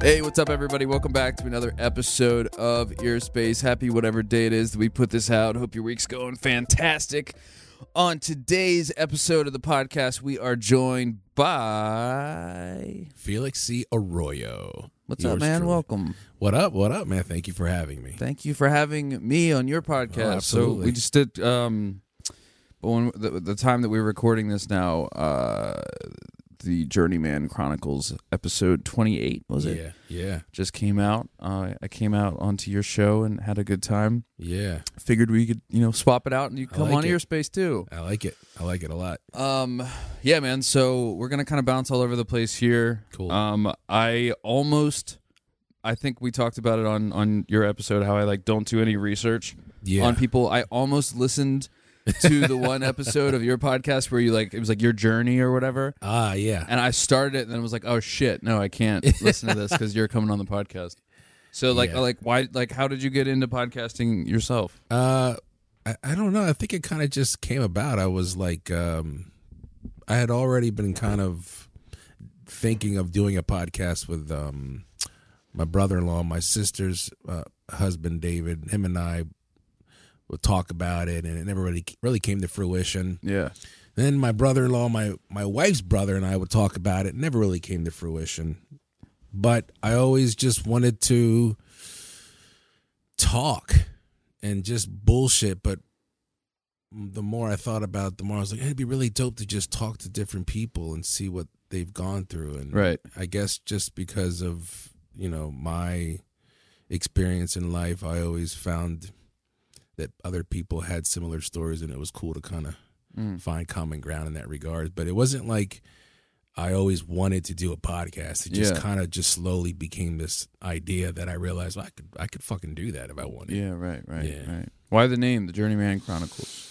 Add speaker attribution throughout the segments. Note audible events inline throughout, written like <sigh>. Speaker 1: Hey, what's up, everybody? Welcome back to another episode of Earspace. Happy whatever day it is that we put this out. Hope your week's going fantastic. On today's episode of the podcast, we are joined by
Speaker 2: Felix C. Arroyo.
Speaker 1: what's up,
Speaker 2: Yours
Speaker 1: man?
Speaker 2: truly.
Speaker 1: Welcome.
Speaker 2: What up? What up, man? Thank you for having me.
Speaker 1: Thank you for having me on your podcast.
Speaker 2: Oh,
Speaker 1: so
Speaker 2: absolutely.
Speaker 1: we just did. Um, but when the, the time that we're recording this now, uh, the Journeyman Chronicles episode twenty-eight was it?
Speaker 2: Yeah, yeah,
Speaker 1: Just came out. Uh, I came out onto your show and had a good time.
Speaker 2: yeah.
Speaker 1: figured we could you know swap it out and you
Speaker 2: I
Speaker 1: come
Speaker 2: like
Speaker 1: on
Speaker 2: it.
Speaker 1: your space too
Speaker 2: I like it. I like it a lot.
Speaker 1: um yeah man so we're gonna kind of bounce all over the place here
Speaker 2: Cool.
Speaker 1: um i almost i think we talked about it on on your episode how i like don't do any research
Speaker 2: Yeah.
Speaker 1: on people i almost listened to the <laughs> one episode of your podcast where you like it was like your journey or whatever
Speaker 2: ah, yeah.
Speaker 1: and i started it and then was like oh shit no i <laughs> can't listen to this because you're coming on the podcast so like
Speaker 2: Yeah.
Speaker 1: like why like how did you get into podcasting yourself
Speaker 2: Uh, I, I don't know. I think it kind of just came about. I was like, um, I had already been kind of thinking of doing a podcast with um, my brother-in-law, my sister's uh, husband, David. Him and I would talk about it, and it never really really came to fruition.
Speaker 1: yeah
Speaker 2: Then my brother-in-law, my my wife's brother, and I would talk about it. Never really came to fruition, but I always just wanted to talk and just bullshit. But the more I thought about, it, the more I was like, "Hey, it'd be really dope to just talk to different people and see what they've gone through. And
Speaker 1: right
Speaker 2: I guess just because of you know my experience in life, I always found that other people had similar stories, and it was cool to kind of
Speaker 1: Mm.
Speaker 2: find common ground in that regard. But it wasn't like I always wanted to do a podcast. It just
Speaker 1: Yeah.
Speaker 2: kind of just slowly became this idea that I realized well, I could I could fucking do that if I wanted.
Speaker 1: Yeah, right, right,
Speaker 2: Yeah.
Speaker 1: right. Why the name, the Journeyman Chronicles?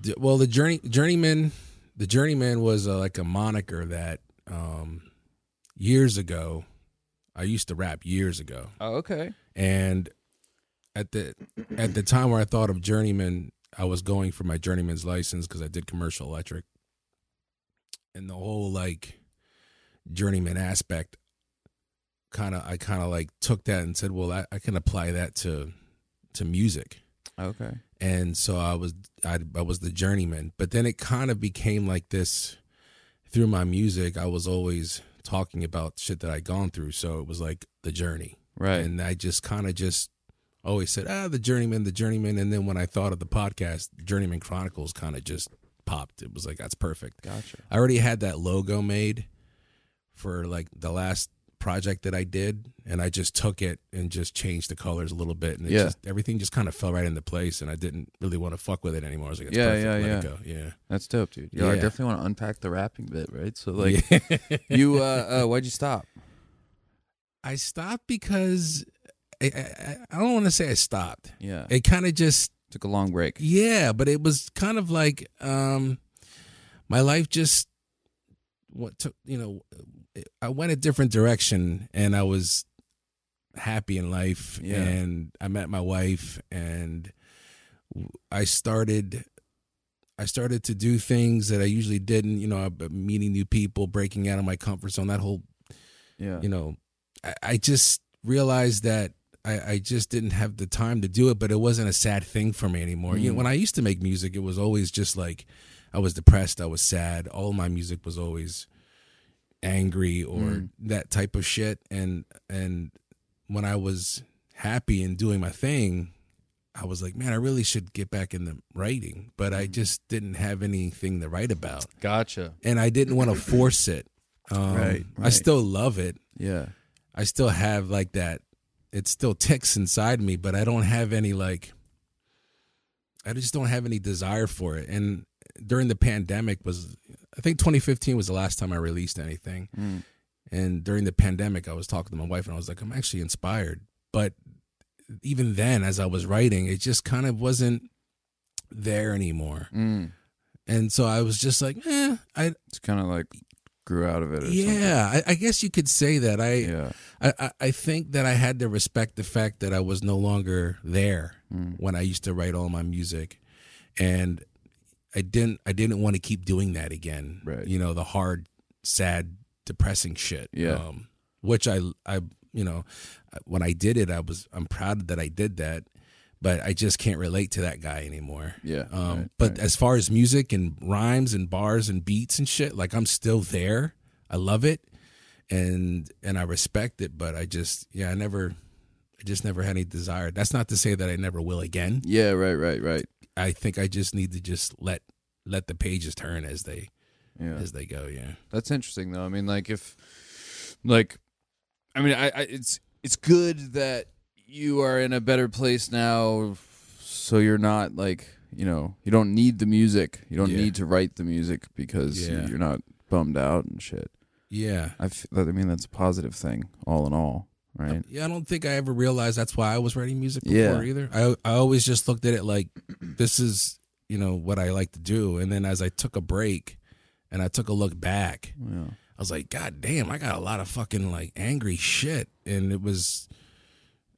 Speaker 2: D- Well, the journey journeyman, the journeyman was uh, like a moniker that um, years ago. I used to rap years ago.
Speaker 1: Oh, okay.
Speaker 2: and at the at the time where I thought of journeyman, I was going for my journeyman's license because I did commercial electric, and the whole like journeyman aspect, kind of I kind of like took that and said, well, I, I can apply that to to music,
Speaker 1: Okay.
Speaker 2: and so I was I I was the journeyman, but then it kind of became like this through my music. I was always talking about shit that I'd gone through, so it was like the journey
Speaker 1: Right.
Speaker 2: and I just kind of just always said, ah, the journeyman, the journeyman. And then when I thought of the podcast, Journeyman Chronicles kind of just popped. It was like, that's perfect.
Speaker 1: gotcha.
Speaker 2: I already had that logo made for like the last project that I did, and I just took it and just changed the colors a little bit, and it
Speaker 1: Yeah.
Speaker 2: just, everything just kind of fell right into place. And I didn't really want to fuck with it anymore. I was like, it's
Speaker 1: Yeah,
Speaker 2: perfect.
Speaker 1: yeah,
Speaker 2: Let
Speaker 1: yeah.
Speaker 2: it go. Yeah.
Speaker 1: That's dope, dude. Yeah, I
Speaker 2: Yeah.
Speaker 1: definitely want to unpack the rapping bit, right? So like
Speaker 2: Yeah.
Speaker 1: you uh, uh why'd you stop?
Speaker 2: <laughs> I stopped because I, I, I- I don't want to say I stopped.
Speaker 1: <laughs> Yeah.
Speaker 2: It kind of just
Speaker 1: Took a long break.
Speaker 2: Yeah, but it was kind of like um my life just what took you know I went a different direction and I was happy in life
Speaker 1: Yeah.
Speaker 2: and I met my wife and I started I started to do things that I usually didn't, you know, I- meeting new people, breaking out of my comfort zone, that whole
Speaker 1: Yeah.
Speaker 2: you know, I, I just realized that I, I just didn't have the time to do it, but it wasn't a sad thing for me anymore. You
Speaker 1: Mm.
Speaker 2: know, when I used to make music, it was always just like I was depressed, I was sad. All my music was always angry or
Speaker 1: Mm.
Speaker 2: that type of shit. And and when I was happy and doing my thing, I was like, man, I really should get back into writing, but
Speaker 1: Mm.
Speaker 2: I just didn't have anything to write about,
Speaker 1: Gotcha.
Speaker 2: and I didn't want to force it. Um,
Speaker 1: Right,
Speaker 2: I
Speaker 1: right.
Speaker 2: still love it.
Speaker 1: Yeah.
Speaker 2: I still have like that. It still ticks inside me, but I don't have any like. I just don't have any desire for it. And during the pandemic was, I think 2015 was the last time I released anything.
Speaker 1: Mm.
Speaker 2: And during the pandemic, I was talking to my wife and I was like, I'm actually inspired. But even then, as I was writing, it just kind of wasn't there anymore.
Speaker 1: Mm.
Speaker 2: And so I was just like, eh, I
Speaker 1: It's kind of like grew out of it or
Speaker 2: yeah, I, I guess you could say that. I
Speaker 1: something. Yeah.
Speaker 2: I, I- I think that I had to respect the fact that I was no longer there
Speaker 1: Mm.
Speaker 2: when I used to write all my music, and I didn't I didn't want to keep doing that again.
Speaker 1: Right.
Speaker 2: You know the hard, sad, depressing shit.
Speaker 1: Yeah.
Speaker 2: Um, which I I you know, when I did it, I was I'm proud that I did that, but I just can't relate to that guy anymore.
Speaker 1: Yeah,
Speaker 2: Um,
Speaker 1: right,
Speaker 2: but
Speaker 1: right.
Speaker 2: as far as music and rhymes and bars and beats and shit, like I'm still there. I love it, and and I respect it. But I just yeah, I never, I just never had any desire. That's not to say that I never will again.
Speaker 1: Yeah, right, right, right.
Speaker 2: I think I just need to just let let the pages turn as they
Speaker 1: Yeah.
Speaker 2: as they go. Yeah.
Speaker 1: That's interesting though. I mean, like if, like, I mean, I, I it's it's good that you are in a better place now, so you're not like you know you don't need the music. You don't
Speaker 2: Yeah.
Speaker 1: need to write the music because
Speaker 2: Yeah.
Speaker 1: you're not bummed out and shit.
Speaker 2: Yeah.
Speaker 1: I f- I mean that's a positive thing all in all, right?
Speaker 2: Yeah, I don't think I ever realized that's why I was writing music before
Speaker 1: Yeah.
Speaker 2: either. I I always just looked at it like this is, you know, what I like to do. And then as I took a break and I took a look back,
Speaker 1: Yeah.
Speaker 2: I was like, God damn, I got a lot of fucking like angry shit. And it was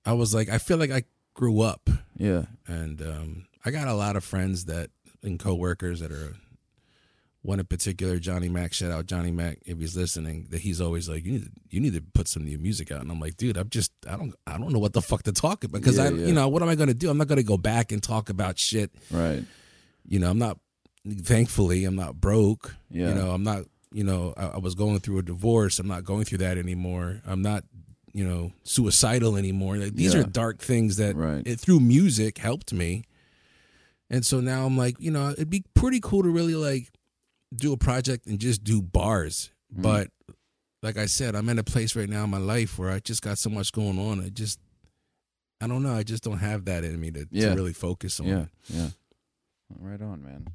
Speaker 2: I was like, I feel like I grew up
Speaker 1: Yeah.
Speaker 2: and um I got a lot of friends that and coworkers that are one in particular, Johnny Mac. Shout out Johnny Mac if he's listening. That he's always like, you need to, you need to put some new music out. And I'm like, dude, I'm just I don't I don't know what the fuck to talk about because I
Speaker 1: Yeah, yeah.
Speaker 2: you know what am I gonna do? I'm not gonna go back and talk about shit.
Speaker 1: Right.
Speaker 2: You know, I'm not. Thankfully, I'm not broke.
Speaker 1: Yeah.
Speaker 2: You know, I'm not. You know, I, I was going through a divorce. I'm not going through that anymore. I'm not. You know, suicidal anymore. Like, these
Speaker 1: Yeah.
Speaker 2: are dark things that
Speaker 1: Right.
Speaker 2: it through music helped me. And so now I'm like, you know, it'd be pretty cool to really like do a project and just do bars.
Speaker 1: Mm.
Speaker 2: But like I said, I'm in a place right now in my life where I just got so much going on. I just, I don't know. I just don't have that in me to,
Speaker 1: Yeah.
Speaker 2: to really focus on.
Speaker 1: Yeah. Yeah. Right on, man.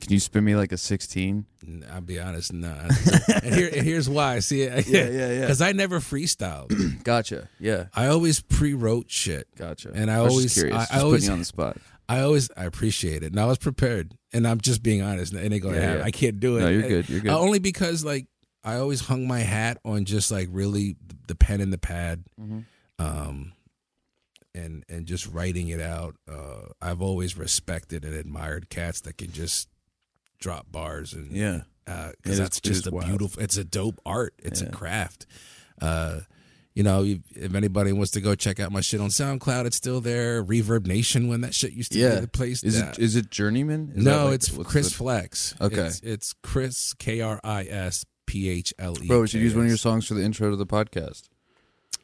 Speaker 1: Can you spin me like a sixteen?
Speaker 2: And I'll be honest, nah. <laughs> and, here, and here's why. See, <laughs> yeah,
Speaker 1: yeah.
Speaker 2: because I never freestyled. <clears throat>
Speaker 1: Gotcha. Yeah.
Speaker 2: I always pre-wrote shit.
Speaker 1: Gotcha.
Speaker 2: And I
Speaker 1: was
Speaker 2: always-
Speaker 1: just curious.
Speaker 2: I- I
Speaker 1: just putting
Speaker 2: always-
Speaker 1: you on the
Speaker 2: <laughs>
Speaker 1: spot.
Speaker 2: I always, I appreciate it, and I was prepared. And I'm just being honest. It ain't gonna
Speaker 1: Yeah,
Speaker 2: happen.
Speaker 1: yeah.
Speaker 2: I can't do it.
Speaker 1: No, you're
Speaker 2: I-
Speaker 1: good. You're good.
Speaker 2: Uh, only because like I always hung my hat on just like really the pen and the pad,
Speaker 1: Mhm.
Speaker 2: um, and and just writing it out. Uh, I've always respected and admired cats that can just drop bars and
Speaker 1: Yeah.
Speaker 2: because
Speaker 1: It is-
Speaker 2: that's
Speaker 1: it
Speaker 2: just
Speaker 1: is
Speaker 2: a
Speaker 1: wild.
Speaker 2: beautiful. It's a dope art. It's
Speaker 1: Yeah.
Speaker 2: a craft. Uh, you know, if if anybody wants to go check out my shit on SoundCloud, it's still there. Reverb Nation, when that shit used to
Speaker 1: Yeah.
Speaker 2: be the place.
Speaker 1: Is
Speaker 2: that-
Speaker 1: it is it Journeyman? Is that
Speaker 2: no,
Speaker 1: like
Speaker 2: it's
Speaker 1: what's
Speaker 2: Chris
Speaker 1: the-
Speaker 2: Flex.
Speaker 1: Okay.
Speaker 2: It's, it's Chris K R I S P H L E.
Speaker 1: bro, we should use one of your songs for the intro to the podcast,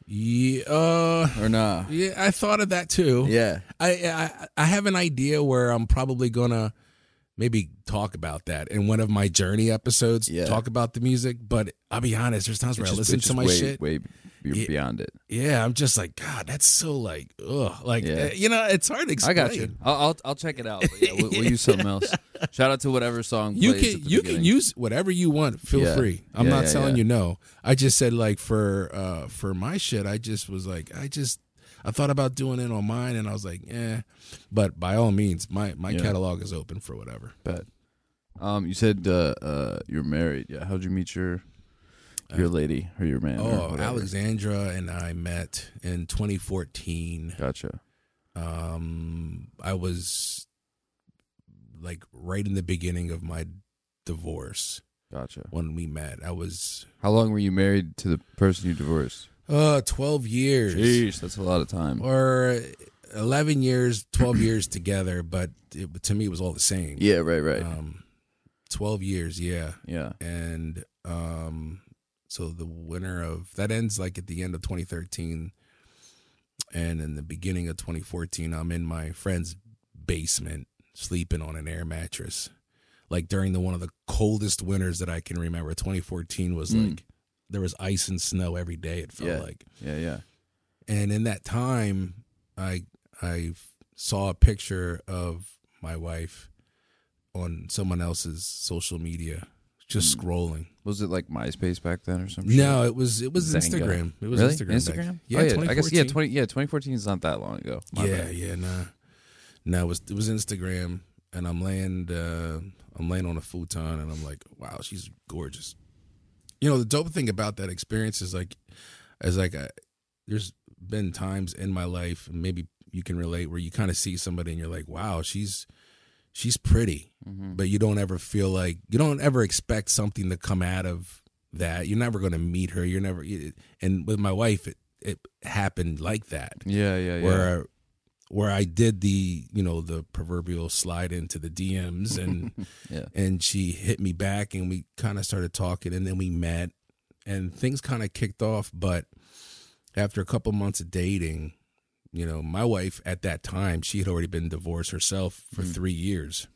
Speaker 2: Yeah, uh,
Speaker 1: or nah?
Speaker 2: yeah, I thought of that too.
Speaker 1: Yeah,
Speaker 2: I, I I have an idea where I'm probably gonna maybe talk about that in one of my journey episodes.
Speaker 1: Yeah.
Speaker 2: Talk about the music, but I'll be honest, there's times where I
Speaker 1: It's just-
Speaker 2: listen
Speaker 1: it's
Speaker 2: to
Speaker 1: just
Speaker 2: my
Speaker 1: way,
Speaker 2: shit.
Speaker 1: way you're
Speaker 2: Yeah.
Speaker 1: beyond it.
Speaker 2: Yeah, I'm just like, God, that's so like, ugh, like
Speaker 1: Yeah.
Speaker 2: uh, you know, it's hard to explain.
Speaker 1: I got you. I'll I'll, I'll check it out. But yeah, we'll, we'll use something
Speaker 2: <laughs>
Speaker 1: else. Shout out to whatever song
Speaker 2: You
Speaker 1: plays
Speaker 2: can
Speaker 1: at the
Speaker 2: you can
Speaker 1: beginning.
Speaker 2: use whatever you want. Feel
Speaker 1: Yeah.
Speaker 2: free. I'm
Speaker 1: Yeah,
Speaker 2: not
Speaker 1: yeah,
Speaker 2: telling
Speaker 1: yeah.
Speaker 2: you no. I just said like for uh for my shit, I just was like I just I thought about doing it on mine and I was like, eh. But by all means, my my
Speaker 1: Yeah.
Speaker 2: catalog is open for whatever.
Speaker 1: Bet. Um, you said uh, uh, you're married. Yeah, how'd you meet your your lady or your man? or
Speaker 2: Uh, Oh,
Speaker 1: whatever?
Speaker 2: Alexandra and I met in 2014.
Speaker 1: Gotcha.
Speaker 2: Um I was like right in the beginning of my divorce
Speaker 1: Gotcha.
Speaker 2: when we met. I was
Speaker 1: How long were you married to the person you divorced?
Speaker 2: uh 12 years.
Speaker 1: Jeez, that's a lot of time.
Speaker 2: or 11 years 12 years together but it, to me it was all the same
Speaker 1: Yeah, right, right.
Speaker 2: um 12 years yeah
Speaker 1: yeah.
Speaker 2: and um so the winner of that ends like at the end of 2013 and in the beginning of 2014 i'm in my friend's basement sleeping on an air mattress like during the one of the coldest winters that i can remember 2014 was
Speaker 1: Mm.
Speaker 2: like there was ice and snow every day it felt
Speaker 1: Yeah.
Speaker 2: like
Speaker 1: Yeah, yeah.
Speaker 2: and in that time i i saw a picture of my wife on someone else's social media just scrolling
Speaker 1: Was it like MySpace back then or something?
Speaker 2: no it was it was
Speaker 1: Zanga.
Speaker 2: instagram it was
Speaker 1: really?
Speaker 2: instagram back- yeah,
Speaker 1: Oh, I guess yeah,
Speaker 2: 2014.
Speaker 1: twenty yeah, twenty fourteen is not that long ago. My
Speaker 2: yeah,
Speaker 1: bad.
Speaker 2: yeah, nah, nah. It was it was Instagram, and I'm laying uh, I'm laying on a futon, and I'm like, wow, she's gorgeous. You know, the dope thing about that experience is like, is like, I, there's been times in my life, and maybe you can relate, where you kind of see somebody and you're like, wow, she's she's pretty,
Speaker 1: Mhm.
Speaker 2: but you don't ever feel like you don't ever expect something to come out of that. You're never going to meet her. You're never. It, and with my wife, it it happened like that,
Speaker 1: Yeah, yeah, yeah.
Speaker 2: where where I did the you know the proverbial slide into the DMs and
Speaker 1: <laughs> Yeah.
Speaker 2: and she hit me back and we kind of started talking and then we met and things kind of kicked off but after a couple months of dating you know my wife at that time she had already been divorced herself for
Speaker 1: Mm.
Speaker 2: 3 years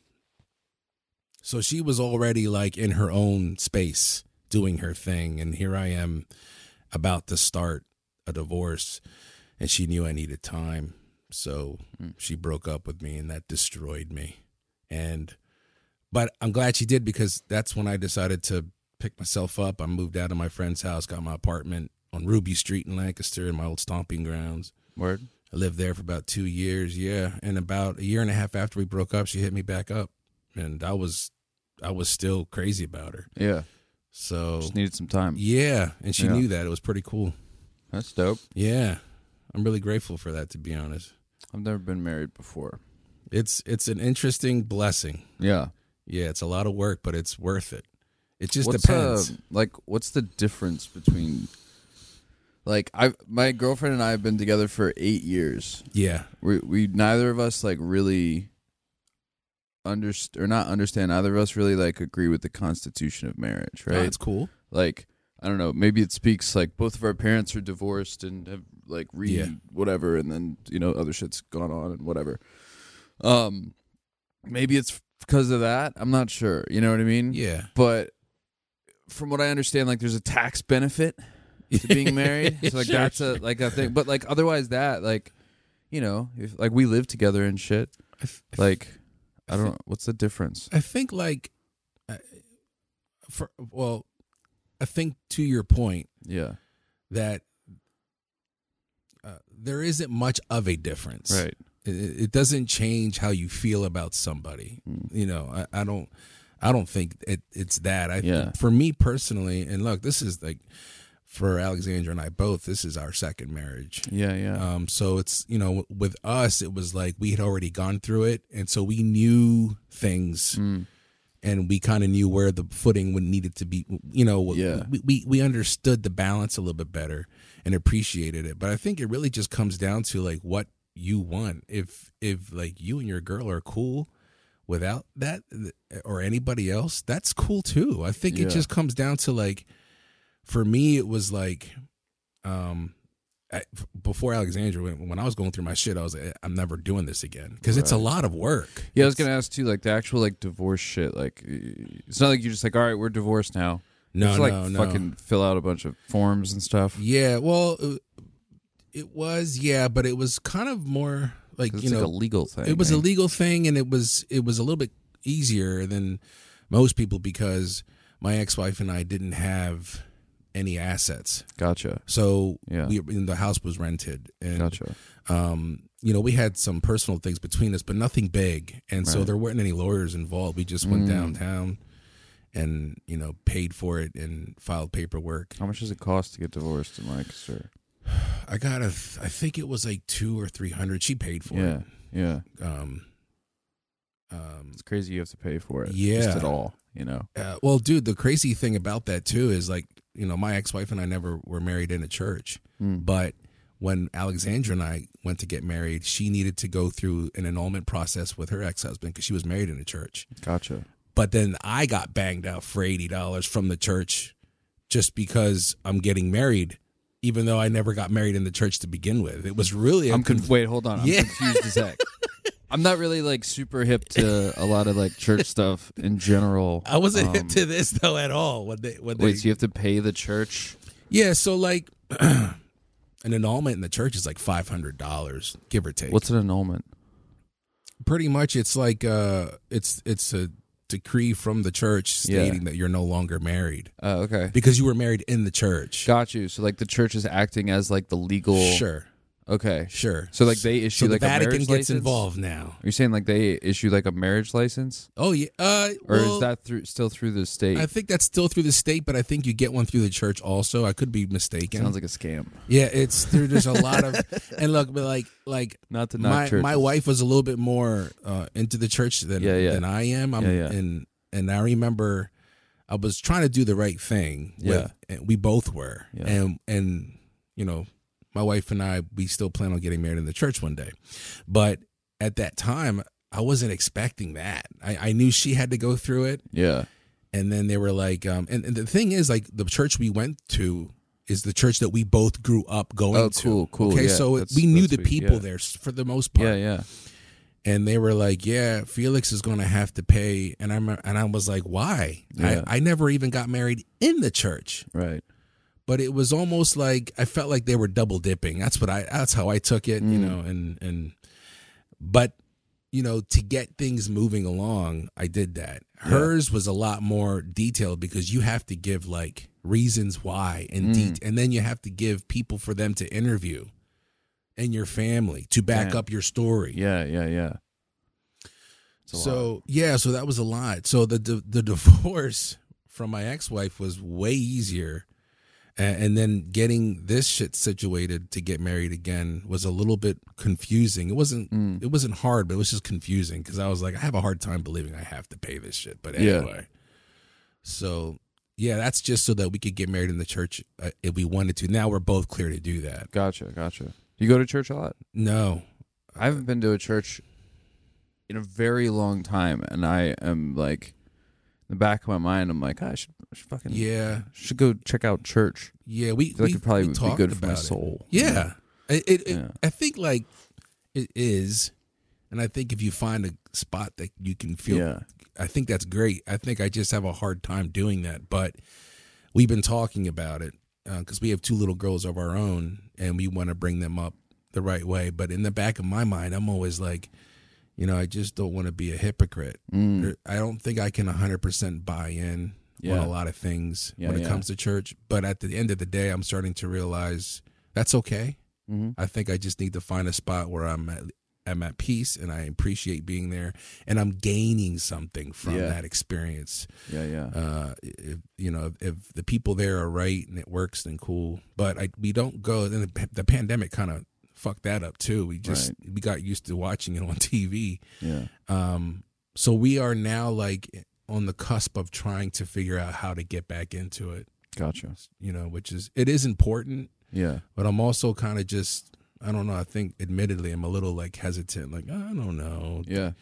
Speaker 2: so she was already like in her own space doing her thing and here I am about to start a divorce and she knew I needed time so she broke up with me and that destroyed me and but I'm glad she did because that's when I decided to pick myself up. I moved out of my friend's house, got my apartment on Ruby Street in Lancaster in my old stomping grounds.
Speaker 1: Word.
Speaker 2: I lived there for about two years, yeah. And about a year and a half after we broke up, she hit me back up. And I was I was still crazy about her.
Speaker 1: Yeah.
Speaker 2: So
Speaker 1: Just needed some time.
Speaker 2: Yeah. And she
Speaker 1: Yeah.
Speaker 2: knew that. It was pretty cool.
Speaker 1: That's dope.
Speaker 2: Yeah. I'm really grateful for that to be honest.
Speaker 1: I've never been married before.
Speaker 2: It's it's an interesting blessing.
Speaker 1: Yeah.
Speaker 2: Yeah, it's a lot of work, but it's worth it. It just
Speaker 1: what's
Speaker 2: depends.
Speaker 1: uh, like what's the difference between like I my girlfriend and I have been together for 8 years.
Speaker 2: yeah.
Speaker 1: We we neither of us like really underst or not understand either of us really like agree with the constitution of marriage,
Speaker 2: Oh,
Speaker 1: right?
Speaker 2: that's cool.
Speaker 1: like I don't know, maybe it speaks like both of our parents are divorced and have like re
Speaker 2: Yeah.
Speaker 1: whatever, and then you know other shit's gone on and whatever. Um, maybe it's because of that. I'm not sure. You know what I mean?
Speaker 2: Yeah.
Speaker 1: But from what I understand, like there's a tax benefit to
Speaker 2: <laughs>
Speaker 1: being married. so like
Speaker 2: Sure,
Speaker 1: that's a like a thing. But like otherwise, that like you know, if like we live together and shit,
Speaker 2: I, f-
Speaker 1: like. I don't. What's the difference?
Speaker 2: I think like, I- for well, I think to your point
Speaker 1: Yeah.
Speaker 2: that uh, there isn't much of a difference.
Speaker 1: Right.
Speaker 2: It, it doesn't change how you feel about somebody.
Speaker 1: Hmm.
Speaker 2: You know, I, I don't. I don't think it, it's that. I
Speaker 1: Yeah.
Speaker 2: for me personally, and look, this is like for Alexandra and I both. This is our second marriage.
Speaker 1: Yeah. Yeah.
Speaker 2: Um, so it's you know w- with us it was like we had already gone through it, and so we knew things,
Speaker 1: Mm.
Speaker 2: and we kind of knew where the footing would needed to be. You know, w-
Speaker 1: Yeah.
Speaker 2: we, we we understood the balance a little bit better and appreciated it. But I think it really just comes down to like what you want. If if like you and your girl are cool without that th- or anybody else, that's cool too. I think
Speaker 1: Yeah.
Speaker 2: it just comes down to like for me it was like um I, f- before Alexandria, when, when I was going through my shit, I was like, I'm never doing this again because it's a lot of work.
Speaker 1: Yeah, I was gonna ask too, like the actual like divorce shit. Like, it's not like you're just like, all right, we're divorced now.
Speaker 2: No,
Speaker 1: you have to, like
Speaker 2: no, no.
Speaker 1: fucking fill out a bunch of forms and stuff.
Speaker 2: Yeah, well, uh, it was yeah, but it was kind of more like
Speaker 1: 'Cause
Speaker 2: you
Speaker 1: It's like a
Speaker 2: know,
Speaker 1: legal thing.
Speaker 2: it was
Speaker 1: right?
Speaker 2: a legal thing, and it was it was a little bit easier than most people because my ex-wife and I didn't have any assets,
Speaker 1: Gotcha.
Speaker 2: so
Speaker 1: Yeah.
Speaker 2: we and the house was rented, and
Speaker 1: Gotcha.
Speaker 2: um, you know, we had some personal things between us, but nothing big. And so there weren't any lawyers involved. We just went
Speaker 1: Mm.
Speaker 2: downtown and, you know, paid for it and filed paperwork.
Speaker 1: How much does it cost to get divorced in Lancaster?
Speaker 2: I got a, th- I think it was like two or 300. She paid for
Speaker 1: Yeah, yeah.
Speaker 2: it. Um, um,
Speaker 1: It's crazy you have to pay for it.
Speaker 2: Yeah.
Speaker 1: just at all. You know.
Speaker 2: uh, well, dude, the crazy thing about that too is like, you know, my ex-wife and I never were married in a church, but when Alexandra and I went to get married, she needed to go through an annulment process with her ex-husband because she was married in a church.
Speaker 1: Gotcha.
Speaker 2: but then I got banged out for eighty dollars from the church just because I'm getting married, even though I never got married in the church to begin with. It was really
Speaker 1: I'm conf- wait. Hold on. I'm
Speaker 2: Yeah.
Speaker 1: confused as
Speaker 2: <laughs>
Speaker 1: heck. I'm not really like super hip to a lot of like church stuff in
Speaker 2: <laughs>
Speaker 1: general.
Speaker 2: I wasn't
Speaker 1: Um,
Speaker 2: hip to this though at all. When they, when
Speaker 1: Wait,
Speaker 2: Oh, they,
Speaker 1: so you have to pay the church?
Speaker 2: yeah, so like <clears throat> an annulment in the church is like five hundred dollars, give or take.
Speaker 1: What's an annulment?
Speaker 2: pretty much it's like uh, it's it's a decree from the church
Speaker 1: Yeah.
Speaker 2: stating that you're no longer married
Speaker 1: Oh, okay.
Speaker 2: because you were married in the church.
Speaker 1: Got you. So like the church is acting as like the legal.
Speaker 2: Sure,
Speaker 1: Okay.
Speaker 2: sure.
Speaker 1: So like they issue
Speaker 2: so the
Speaker 1: like a
Speaker 2: Vatican
Speaker 1: marriage
Speaker 2: gets
Speaker 1: license?
Speaker 2: involved now.
Speaker 1: Are you saying like they issue like a marriage license,
Speaker 2: Oh yeah. Uh,
Speaker 1: or
Speaker 2: well,
Speaker 1: is that through still through the state?
Speaker 2: I think that's still through the state, but I think you get one through the church also. I could be mistaken.
Speaker 1: Sounds like a scam.
Speaker 2: yeah, it's there, there's a
Speaker 1: <laughs>
Speaker 2: lot of and look, but like like
Speaker 1: Not to knock
Speaker 2: my
Speaker 1: churches.
Speaker 2: my wife was a little bit more uh, into the church than
Speaker 1: Yeah, yeah.
Speaker 2: than I am. I'm
Speaker 1: Yeah, yeah.
Speaker 2: and and I remember I was trying to do the right thing.
Speaker 1: Yeah.
Speaker 2: and we both were,
Speaker 1: Yeah.
Speaker 2: and and you know, my wife and I, we still plan on getting married in the church one day, but at that time, I wasn't expecting that. I, I knew she had to go through it,
Speaker 1: Yeah.
Speaker 2: and then they were like, um, and, and the thing is, like, the church we went to is the church that we both grew up going
Speaker 1: Oh, cool,
Speaker 2: to.
Speaker 1: cool,
Speaker 2: Okay,
Speaker 1: yeah,
Speaker 2: so
Speaker 1: that's-
Speaker 2: we knew
Speaker 1: that's
Speaker 2: the
Speaker 1: sweet,
Speaker 2: people
Speaker 1: yeah.
Speaker 2: there s- for the most part
Speaker 1: Yeah. Yeah.
Speaker 2: and they were like, "Yeah, Felix is going to have to pay." And I am and I was like, "Why?"
Speaker 1: Yeah.
Speaker 2: I, I never even got married in the church,
Speaker 1: Right.
Speaker 2: but it was almost like I felt like they were double dipping. That's what I that's how I took it, you
Speaker 1: Mm.
Speaker 2: know. And and but you know, to get things moving along, I did that.
Speaker 1: Yeah.
Speaker 2: Hers was a lot more detailed because you have to give like reasons why
Speaker 1: Mm.
Speaker 2: and det- and then you have to give people for them to interview and your family to back
Speaker 1: Damn.
Speaker 2: up your story.
Speaker 1: Yeah. Yeah. Yeah. It's a lot.
Speaker 2: So yeah, so that was a lot. So the the, <laughs> the divorce from my ex wife was way easier, A- and, then getting this shit situated to get married again was a little bit confusing. It wasn't
Speaker 1: Mm.
Speaker 2: it wasn't hard, but it was just confusing because I was like, I have a hard time believing I have to pay this shit. But
Speaker 1: Yeah.
Speaker 2: anyway, so yeah, that's just so that we could get married in the church uh, if we wanted to. Now we're both clear to do that.
Speaker 1: Gotcha. Gotcha. Do you go to church a lot?
Speaker 2: No,
Speaker 1: I haven't been to a church in a very long time, and I am like, in the back of my mind, I'm like, "Ah, I should, I should fucking
Speaker 2: yeah,
Speaker 1: should go check out church.
Speaker 2: Yeah, we
Speaker 1: That
Speaker 2: we,
Speaker 1: could probably
Speaker 2: we
Speaker 1: be
Speaker 2: talked
Speaker 1: good
Speaker 2: about
Speaker 1: for my
Speaker 2: it.
Speaker 1: soul.
Speaker 2: Yeah, It, it, it-
Speaker 1: Yeah.
Speaker 2: I think like it is, and I think if you find a spot that you can feel,
Speaker 1: Yeah.
Speaker 2: I think that's great. I think I just have a hard time doing that, but we've been talking about it because we have two little girls of our own, and we want to bring them up the right way. But in the back of my mind, I'm always like. You know, I just don't want to be a hypocrite.
Speaker 1: Mm.
Speaker 2: There- I don't think I can 100% buy in on
Speaker 1: Yeah.
Speaker 2: a lot of things
Speaker 1: Yeah,
Speaker 2: when it
Speaker 1: yeah.
Speaker 2: comes to church. But at the end of the day, I'm starting to realize that's okay.
Speaker 1: Mhm.
Speaker 2: I think I just need to find a spot where I'm at, I'm at peace and I appreciate being there and I'm gaining something from
Speaker 1: Yeah.
Speaker 2: that experience.
Speaker 1: Yeah, yeah,
Speaker 2: Uh, if, you know, if the people there are right and it works, then cool. But I, we don't go. And the, pa- the pandemic kind of fucked that up too. We just we got used to watching it on <laughs> TV.
Speaker 1: yeah.
Speaker 2: Um, so we are now like on the cusp of trying to figure out how to get back into it,
Speaker 1: Gotcha.
Speaker 2: you know, which is it is important,
Speaker 1: Yeah,
Speaker 2: but I'm also kind of just I don't know, I think admittedly I'm a little like hesitant, like I don't know.
Speaker 1: yeah,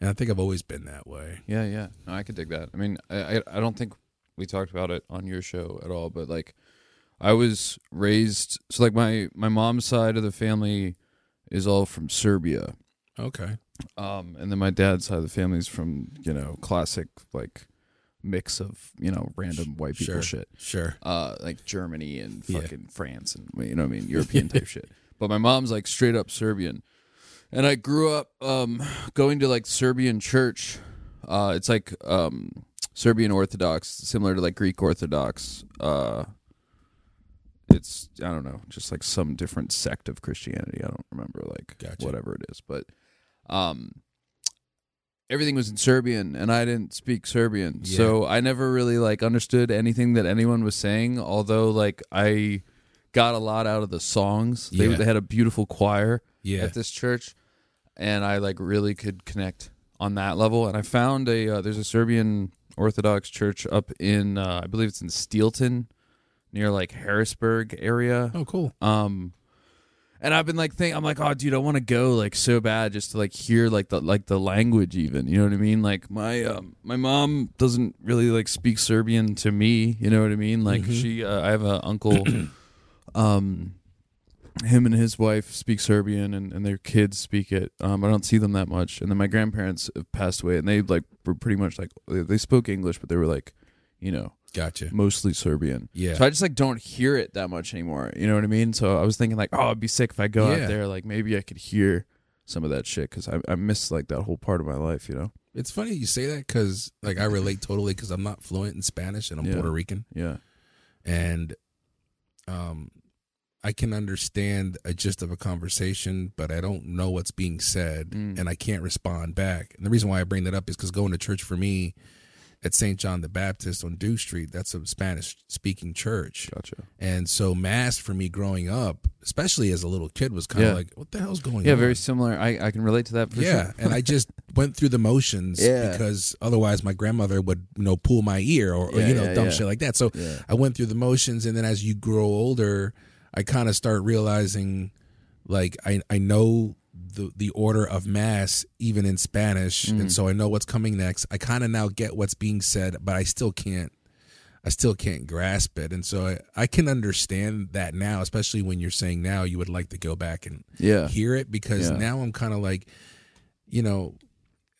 Speaker 2: And I think I've always been that way.
Speaker 1: yeah, yeah. No, I could dig that. I mean, I, I, I don't think we talked about it on your show at all, but like, I was raised so like my my mom's side of the family is all from Serbia,
Speaker 2: Okay.
Speaker 1: um, and then my dad's side of the family is from you know classic like mix of you know random white people
Speaker 2: Sure.
Speaker 1: shit.
Speaker 2: Sure.
Speaker 1: uh, like Germany and
Speaker 2: Yeah.
Speaker 1: fucking France and you know what I mean European
Speaker 2: <laughs>
Speaker 1: type shit. But my mom's like straight up Serbian, and I grew up um, going to like Serbian church. Uh, it's like um, Serbian Orthodox, similar to like Greek Orthodox. Uh, it's I don't know, just like some different sect of Christianity. I don't remember like
Speaker 2: Gotcha.
Speaker 1: whatever it is, but um, everything was in Serbian and I didn't speak Serbian.
Speaker 2: Yeah.
Speaker 1: So I never really like understood anything that anyone was saying, although like I got a lot out of the songs. They,
Speaker 2: Yeah.
Speaker 1: they had a beautiful choir
Speaker 2: Yeah.
Speaker 1: at this church and I like really could connect on that level and I found a uh, there's a Serbian Orthodox church up in uh, I believe it's in Steelton near like Harrisburg area.
Speaker 2: oh cool.
Speaker 1: Um, and I've been like think I'm like, oh, dude, I want to go like so bad just to like hear like the like the language even. You know what I mean? Like my um my mom doesn't really like speak Serbian to me. You know what I mean? Like she, uh, I have an uncle. <clears throat> um, him and his wife speak Serbian, and, and their kids speak it. Um, I don't see them that much. And then my grandparents have passed away, and they like were pretty much like they they spoke English, but they were like, you know,
Speaker 2: Gotcha.
Speaker 1: mostly Serbian.
Speaker 2: Yeah.
Speaker 1: So I just like don't hear it that much anymore. You know what I mean? So I was thinking like, oh, it'd be sick if I go
Speaker 2: Yeah.
Speaker 1: out there. Like maybe I could hear some of that shit because I I miss like that whole part of my life. You know?
Speaker 2: It's funny you say that cuz like I relate totally cuz I'm not fluent in Spanish and I'm
Speaker 1: Yeah.
Speaker 2: Puerto Rican.
Speaker 1: Yeah.
Speaker 2: and um I can understand a gist of a conversation, but I don't know what's being said,
Speaker 1: Mm.
Speaker 2: and I can't respond back. And the reason why I bring that up is because going to church for me at St. John the Baptist on Dew Street, that's a Spanish speaking church.
Speaker 1: Gotcha.
Speaker 2: And so, Mass for me growing up, especially as a little kid, was kind of
Speaker 1: Yeah.
Speaker 2: like, what the hell's going on?
Speaker 1: Yeah. Very similar. I I can relate to that. For <laughs>
Speaker 2: yeah.
Speaker 1: Sure.
Speaker 2: and I just, went through the motions
Speaker 1: Yeah.
Speaker 2: because otherwise my grandmother would you know pull my ear or, or
Speaker 1: Yeah,
Speaker 2: you know
Speaker 1: yeah,
Speaker 2: dumb
Speaker 1: yeah.
Speaker 2: shit like that. So
Speaker 1: Yeah.
Speaker 2: I went through the motions, and then as you grow older, I kind of start realizing like I I know the the order of mass even in Spanish,
Speaker 1: Mm.
Speaker 2: and so I know what's coming next. I kind of now get what's being said, but I still can't. I still can't grasp it, and so I, I can understand that now, especially when you're saying now you would like to go back and
Speaker 1: Yeah.
Speaker 2: hear it because
Speaker 1: Yeah.
Speaker 2: now I'm kind of like, you know,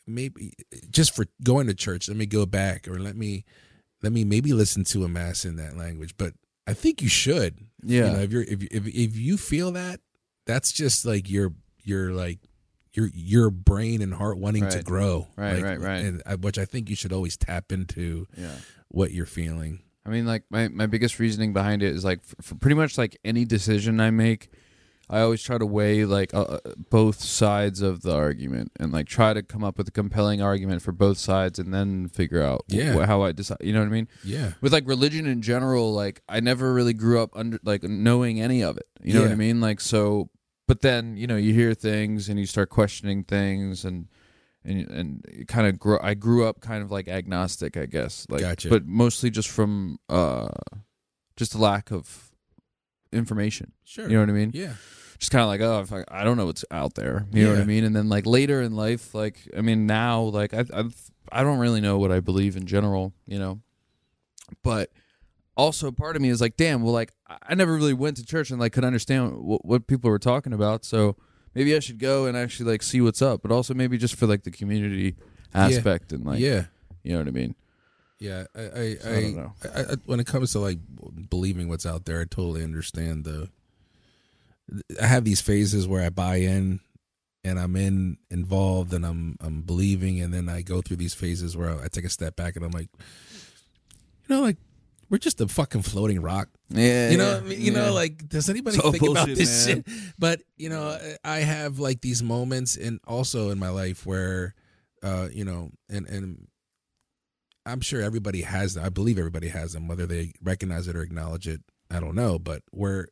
Speaker 2: maybe just for going to church, let me go back or let me let me maybe listen to a mass in that language. But I think you should.
Speaker 1: Yeah.
Speaker 2: You know, if you're if you- if if you feel that, that's just like your your like your your brain and heart wanting to
Speaker 1: Right.
Speaker 2: grow.
Speaker 1: Right,
Speaker 2: Like,
Speaker 1: right, right.
Speaker 2: And I, which I think you should always tap into
Speaker 1: Yeah.
Speaker 2: what you're feeling.
Speaker 1: I mean, like my, my biggest reasoning behind it is like for, for pretty much like any decision I make, I always try to weigh like uh, uh, both sides of the argument and like try to come up with a compelling argument for both sides and then figure out wh-
Speaker 2: Yeah.
Speaker 1: wh- how I decide. You know what I mean?
Speaker 2: Yeah.
Speaker 1: With like religion in general, like I never really grew up under like knowing any of it. You know what I
Speaker 2: Yeah.
Speaker 1: mean? Like so, but then you know you hear things and you start questioning things and. And, and it kind of grow. I grew up kind of like agnostic, I guess. Like,
Speaker 2: Gotcha.
Speaker 1: but mostly just from uh, just a lack of information.
Speaker 2: Sure.
Speaker 1: You know what I mean?
Speaker 2: yeah.
Speaker 1: Just kind of like, oh, fuck, I don't know what's out there. You know what I
Speaker 2: Yeah.
Speaker 1: mean? And then like later in life, like I mean now, like I I I don't really know what I believe in general. You know, but also part of me is like, damn, well, like I I never really went to church and like could understand what, what people were talking about, so. Maybe I should go and actually like see what's up, but also maybe just for like the community aspect and like
Speaker 2: yeah.
Speaker 1: you know what I mean.
Speaker 2: Yeah, I, I,
Speaker 1: I
Speaker 2: I,
Speaker 1: don't know.
Speaker 2: I, I when it comes to like believing what's out there, I totally understand the. I have these phases where I buy in, and I'm in involved, and I'm I'm believing, and then I go through these phases where I, I take a step back, and I'm like, you know, like we're just a fucking floating rock.
Speaker 1: Yeah,
Speaker 2: You know, what I mean? you know, like does anybody
Speaker 1: It's all
Speaker 2: think about
Speaker 1: bullshit,
Speaker 2: this
Speaker 1: man.
Speaker 2: shit? But you know, I have like these moments, and also in my life where, uh, you know, and and I'm sure everybody has them. I believe everybody has them, whether they recognize it or acknowledge it. I don't know, but where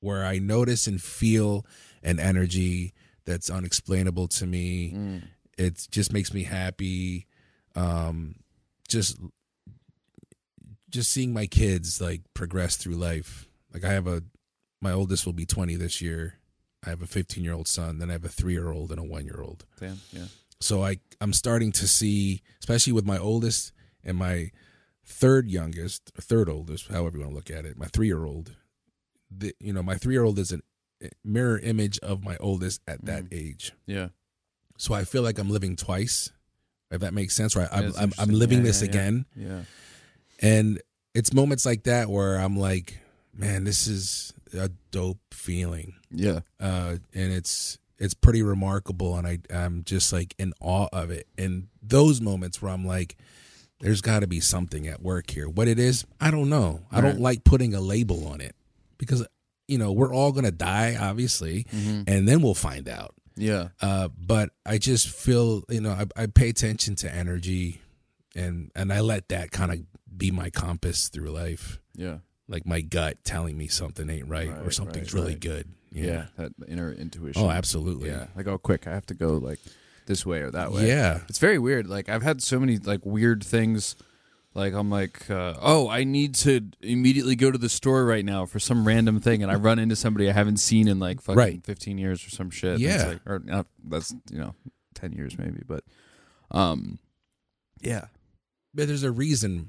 Speaker 2: where I notice and feel an energy that's unexplainable to me
Speaker 1: Mm.
Speaker 2: it just makes me happy um just just seeing my kids like progress through life like i have a my oldest will be 20 this year i have a 15 year old son then i have a 3 year old and a 1 year old
Speaker 1: Damn, yeah.
Speaker 2: so i i'm starting to see especially with my oldest and my third youngest or third oldest however you want to look at it my 3 year old the, you know my 3 year old is a mirror image of my oldest at that age
Speaker 1: Yeah.
Speaker 2: so I feel like I'm living twice, if that makes sense. Right, I'm
Speaker 1: that's
Speaker 2: I'm, I'm
Speaker 1: interesting.
Speaker 2: living
Speaker 1: Yeah,
Speaker 2: this
Speaker 1: yeah, yeah.
Speaker 2: again,
Speaker 1: Yeah.
Speaker 2: and it's moments like that where I'm like, man, this is a dope feeling,
Speaker 1: Yeah.
Speaker 2: uh, and it's it's pretty remarkable, and I I'm just like in awe of it. And those moments where I'm like. There's got to be something at work here. What it is, I don't know. I
Speaker 1: Right.
Speaker 2: don't like putting a label on it because, you know, we're all going to die, obviously, and then we'll find out.
Speaker 1: Mm-hmm. Yeah.
Speaker 2: Uh, but I just feel, you know, I, I pay attention to energy, and and I let that kind of be my compass through life,
Speaker 1: Yeah.
Speaker 2: like my gut telling me something ain't right, or
Speaker 1: Right,
Speaker 2: something's
Speaker 1: right,
Speaker 2: really
Speaker 1: right.
Speaker 2: good.
Speaker 1: Yeah.
Speaker 2: Yeah.
Speaker 1: That inner intuition.
Speaker 2: Oh, absolutely.
Speaker 1: Yeah. Like, oh, quick, I have to go like this way or that way.
Speaker 2: Yeah.
Speaker 1: It's very weird. Like, I've had so many like weird things. Like, I'm like, uh, oh, I need to immediately go to the store right now for some random thing, and I run into somebody I haven't seen in like fucking
Speaker 2: Right.
Speaker 1: 15 years or some shit.
Speaker 2: Yeah.
Speaker 1: It's like, or not, that's you know, 10 years maybe, but, um, yeah,
Speaker 2: But there's a reason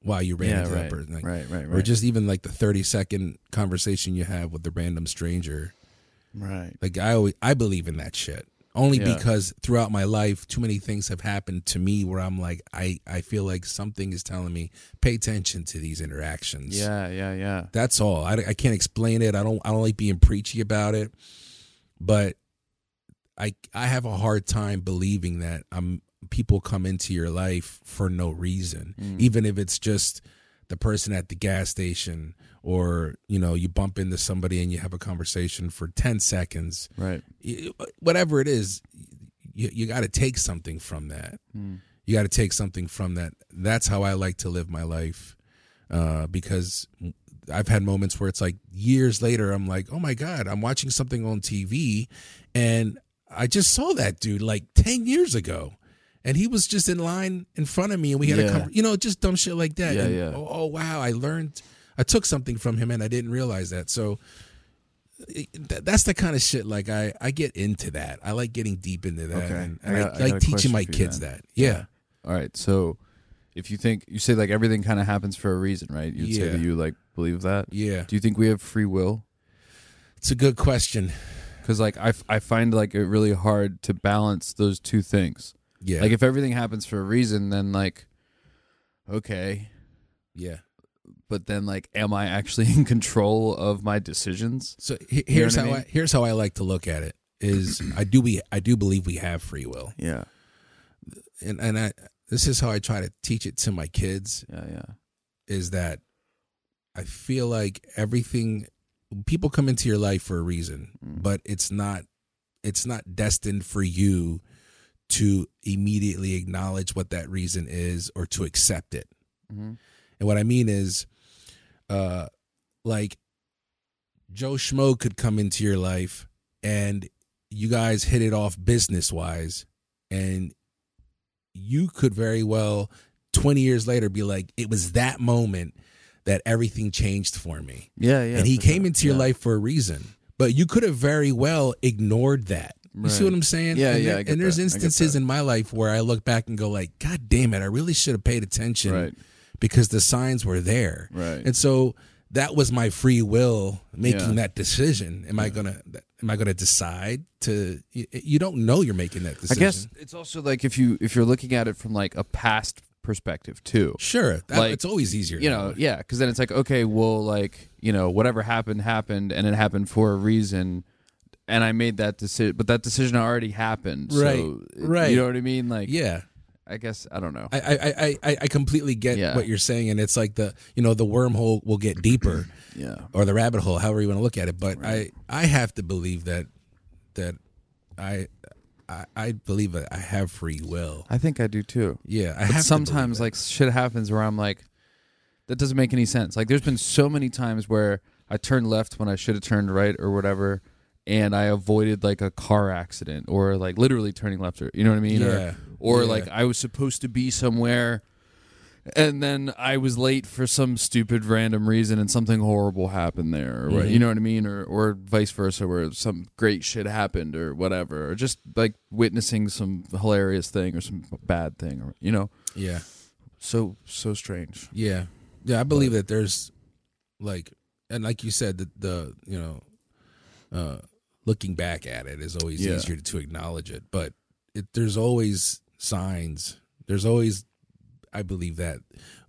Speaker 2: why you ran into
Speaker 1: right,
Speaker 2: that person, like-
Speaker 1: right, right, right,
Speaker 2: or just even like the thirty second conversation you have with the random stranger. <laughs>
Speaker 1: right,
Speaker 2: Like I always, I believe in that shit only
Speaker 1: Yeah.
Speaker 2: because throughout my life, too many things have happened to me where I'm like, I, I feel like something is telling me, pay attention to these interactions.
Speaker 1: yeah, yeah, yeah.
Speaker 2: That's all. I, I can't explain it. I don't, I don't like being preachy about it, but I, I have a hard time believing that I'm, people come into your life for no reason,
Speaker 1: Mm.
Speaker 2: even if it's just the person at the gas station or, you know, you bump into somebody and you have a conversation for 10 seconds
Speaker 1: Right.
Speaker 2: you- whatever it is, you, you got to take something from that.
Speaker 1: Hmm.
Speaker 2: You got to take something from that. That's how I like to live my life uh, because I've had moments where it's like years later, I'm like, oh my God, I'm watching something on TV and I just saw that dude like 10 years ago. And he was just in line in front of me, and we had a,
Speaker 1: Yeah.
Speaker 2: com- you know, just dumb shit like that.
Speaker 1: Yeah,
Speaker 2: And,
Speaker 1: yeah.
Speaker 2: Oh, oh, wow! I learned, I took something from him, and I didn't realize that. So it- th- that's the kind of shit. Like I, I get into that. I like getting deep into that,
Speaker 1: Okay.
Speaker 2: and,
Speaker 1: I
Speaker 2: and I,
Speaker 1: got- I got a
Speaker 2: like
Speaker 1: question
Speaker 2: teaching my
Speaker 1: for you
Speaker 2: kids
Speaker 1: then.
Speaker 2: that. Yeah.
Speaker 1: All right. So if you think you say like everything kind of happens for a reason, right? You'd say
Speaker 2: Yeah.
Speaker 1: that you like believe that.
Speaker 2: Yeah,
Speaker 1: Do you think we have free will?
Speaker 2: it's a good question.
Speaker 1: Because like I, f- I find like it really hard to balance those two things.
Speaker 2: Yeah,
Speaker 1: Like if everything happens for a reason, then like okay,
Speaker 2: yeah.
Speaker 1: but then like am I actually <laughs> in control of my decisions?
Speaker 2: So he-
Speaker 1: You know
Speaker 2: here's
Speaker 1: what I
Speaker 2: how
Speaker 1: mean?
Speaker 2: I here's how I like to look at it is I do we I do believe we have free will,
Speaker 1: Yeah.
Speaker 2: and and I this is how I try to teach it to my kids
Speaker 1: Yeah. Yeah.
Speaker 2: is that I feel like everything people come into your life for a reason,
Speaker 1: Mm.
Speaker 2: but it's not it's not destined for you to immediately acknowledge what that reason is or to accept it.
Speaker 1: Mm-hmm.
Speaker 2: And what I mean is, uh, like Joe Schmo could come into your life and you guys hit it off business wise, and you could very well 20 years later be like, it was that moment that everything changed for me.
Speaker 1: Yeah. Yeah.
Speaker 2: and he
Speaker 1: for
Speaker 2: came
Speaker 1: sure.
Speaker 2: into your
Speaker 1: Yeah.
Speaker 2: life for a reason, but you could have very well ignored that. You see
Speaker 1: Right.
Speaker 2: what I'm saying?
Speaker 1: Yeah, yeah,
Speaker 2: and there-
Speaker 1: I get
Speaker 2: and there's
Speaker 1: that. I get
Speaker 2: instances
Speaker 1: that.
Speaker 2: in my life where I look back and go like, God damn it, I really should have paid attention
Speaker 1: Right.
Speaker 2: because the signs were there.
Speaker 1: Right.
Speaker 2: And so that was my free will making
Speaker 1: Yeah.
Speaker 2: that decision. Am I gonna am I gonna decide to? You, you don't know you're making that
Speaker 1: I
Speaker 2: decision.
Speaker 1: guess it's also like if you if you're looking at it from like a past perspective too.
Speaker 2: sure. That,
Speaker 1: Like,
Speaker 2: it's always easier.
Speaker 1: You know, yeah, because then it's like okay, well, like you know, whatever happened happened, and it happened for a reason, and I made that decision, but that decision already happened.
Speaker 2: Right,
Speaker 1: so,
Speaker 2: right.
Speaker 1: You know what I mean? Like,
Speaker 2: yeah.
Speaker 1: I guess I don't know.
Speaker 2: I I, I- I I completely get
Speaker 1: Yeah.
Speaker 2: what you're saying, and it's like the you know the wormhole will get deeper.
Speaker 1: <clears throat> yeah,
Speaker 2: or the rabbit hole, however you want to look at it. But I, I have to believe that that I I, I believe that I have free will.
Speaker 1: I think I do too.
Speaker 2: Yeah, I
Speaker 1: But
Speaker 2: have to
Speaker 1: sometimes like shit happens where I'm like, that doesn't make any sense. Like, there's been so many times where I turned left when I should have turned right or whatever, and I avoided like a car accident or like literally turning left or you know what I mean?
Speaker 2: Yeah.
Speaker 1: Or, or
Speaker 2: Yeah.
Speaker 1: like I was supposed to be somewhere. And then I was late for some stupid random reason, and something horrible happened there, or what-
Speaker 2: Mm-hmm.
Speaker 1: you know what I mean, or or vice versa, where some great shit happened, or whatever, or just like witnessing some hilarious thing or some bad thing, or you know,
Speaker 2: believe- yeah,
Speaker 1: so so strange.
Speaker 2: yeah, yeah. I believe that there's like and like you said that the you know uh looking back at it is always
Speaker 1: Yeah.
Speaker 2: easier to acknowledge it, but it, there's always signs. There's always I believe that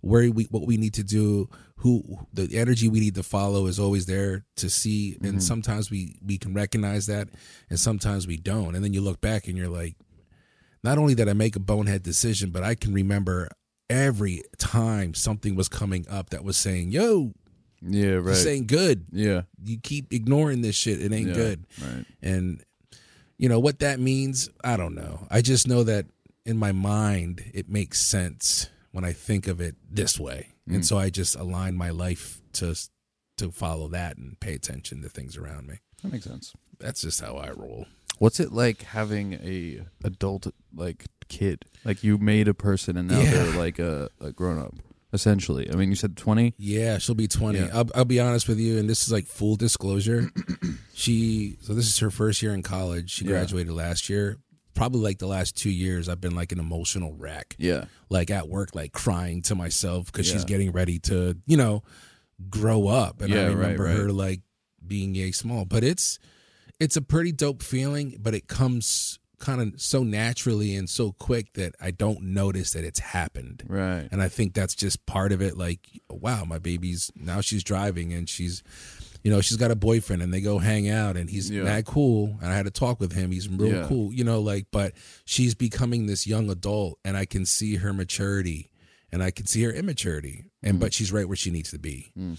Speaker 2: where we what we need to do, who the energy we need to follow is always there to see, and sometimes we we can recognize that, and sometimes we don't, and then you look back and you're like, not only did I make a bonehead decision, but I can remember every time something was coming up that was saying, "Yo,
Speaker 1: Yeah, right.
Speaker 2: this ain't good.
Speaker 1: yeah,
Speaker 2: You keep ignoring this shit. It ain't
Speaker 1: Yeah.
Speaker 2: good."
Speaker 1: right.
Speaker 2: And you know what that means, I don't know. I just know that in my mind it makes sense when I think of it this way.
Speaker 1: Mm.
Speaker 2: And so I just align my life to to follow that and pay attention to things around me.
Speaker 1: That makes sense.
Speaker 2: That's just how I roll.
Speaker 1: What's it like having a adult like kid? Like you made a person and now
Speaker 2: Yeah.
Speaker 1: they're like a, a grown up, essentially. I mean, you said twenty.
Speaker 2: Yeah, she'll be 20.
Speaker 1: Yeah.
Speaker 2: I'll, I'll be honest with you, and this is like
Speaker 1: <clears throat>
Speaker 2: full disclosure. she, so this is her first year in college. She
Speaker 1: Yeah.
Speaker 2: graduated last year. Probably like the last two years, I've been like an emotional wreck.
Speaker 1: Yeah,
Speaker 2: like at work, like crying to myself because she's
Speaker 1: Yeah.
Speaker 2: getting ready to, you know, grow up. And
Speaker 1: Yeah,
Speaker 2: I
Speaker 1: right,
Speaker 2: remember
Speaker 1: right.
Speaker 2: her like being yay small. But it's it's a pretty dope feeling, but it comes kind of so naturally and so quick that I don't notice that it's happened.
Speaker 1: right.
Speaker 2: And I think that's just part of it. Like, wow, my baby's now she's driving and she's, you know, she's got a boyfriend and they go hang out and he's
Speaker 1: Yeah.
Speaker 2: mad cool. And I had to talk with him. He's real
Speaker 1: Yeah.
Speaker 2: cool, you know, like, but she's becoming this young adult and I can see her maturity and I can see her immaturity. And, but she's right where she needs to be.
Speaker 1: Mm-hmm. Mm.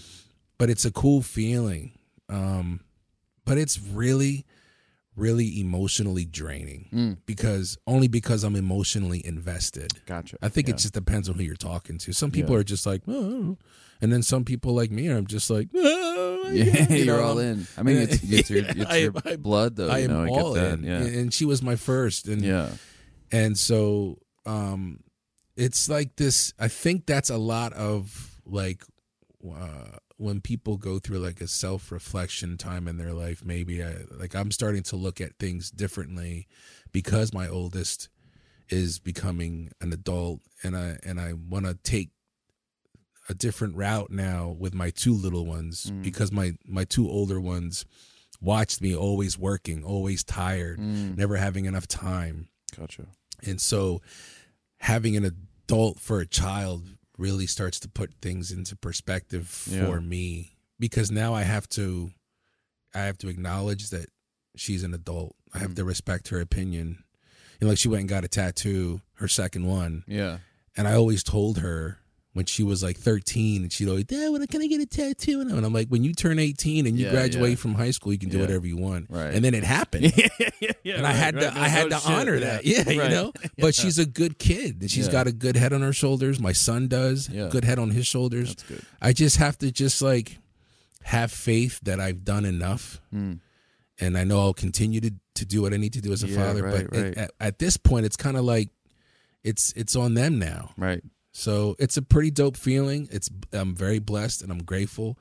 Speaker 2: But it's a cool feeling. Um, but it's really, really emotionally draining
Speaker 1: Mm.
Speaker 2: because only because I'm emotionally invested.
Speaker 1: Gotcha.
Speaker 2: I think
Speaker 1: Yeah.
Speaker 2: it just depends on who you're talking to. Some people are just like, oh. and then some people like me, I'm just like, oh, <laughs> my
Speaker 1: <laughs> Yeah,
Speaker 2: God," you
Speaker 1: you are
Speaker 2: know,
Speaker 1: all
Speaker 2: I'm-
Speaker 1: in.
Speaker 2: <laughs>
Speaker 1: I mean, it's, it's your, it's
Speaker 2: I
Speaker 1: your
Speaker 2: am- I-
Speaker 1: blood, though.
Speaker 2: I
Speaker 1: you
Speaker 2: am
Speaker 1: know, I
Speaker 2: all
Speaker 1: get that.
Speaker 2: in,
Speaker 1: Yeah.
Speaker 2: and she was my first, and
Speaker 1: yeah.
Speaker 2: and so um, it's like this. I think that's a lot of like uh, when people go through like a self reflection time in their life. Maybe I, like I'm starting to look at things differently because my oldest is becoming an adult, and I and I want to take a different route now with my two little ones
Speaker 1: Mm.
Speaker 2: because my my two older ones watched me always working, always tired,
Speaker 1: Mm.
Speaker 2: never having enough time.
Speaker 1: Gotcha.
Speaker 2: And so having an adult for a child really starts to put things into perspective
Speaker 1: Yeah.
Speaker 2: for me because now I have to I have to acknowledge that she's an adult. I have
Speaker 1: Mm.
Speaker 2: to respect her opinion. You know, like she went and got a tattoo, her second one,
Speaker 1: Yeah.
Speaker 2: and I always told her when she was like 13 and she'd always, Dad, when can I get a tattoo? And I'm like, when you turn 18 and you
Speaker 1: Yeah,
Speaker 2: graduate
Speaker 1: yeah.
Speaker 2: from high school, you can do
Speaker 1: Yeah.
Speaker 2: whatever you want.
Speaker 1: Right.
Speaker 2: And then it happened
Speaker 1: <laughs>
Speaker 2: and I had to I had to honor that. <laughs> Yeah,
Speaker 1: <laughs>
Speaker 2: you know. But she's a good kid, and she's
Speaker 1: Yeah.
Speaker 2: got a good head on her shoulders. My son does.
Speaker 1: Yeah.
Speaker 2: Good head on his shoulders.
Speaker 1: That's good.
Speaker 2: I just have to just like have faith that I've done enough,
Speaker 1: Mm.
Speaker 2: and I know I'll continue to to do what I need to do as a
Speaker 1: Yeah,
Speaker 2: father.
Speaker 1: right,
Speaker 2: but it-
Speaker 1: right.
Speaker 2: at, at this point, it's kind of like it's it's on them now.
Speaker 1: Right.
Speaker 2: So it's a pretty dope feeling. It's I'm very blessed and I'm grateful,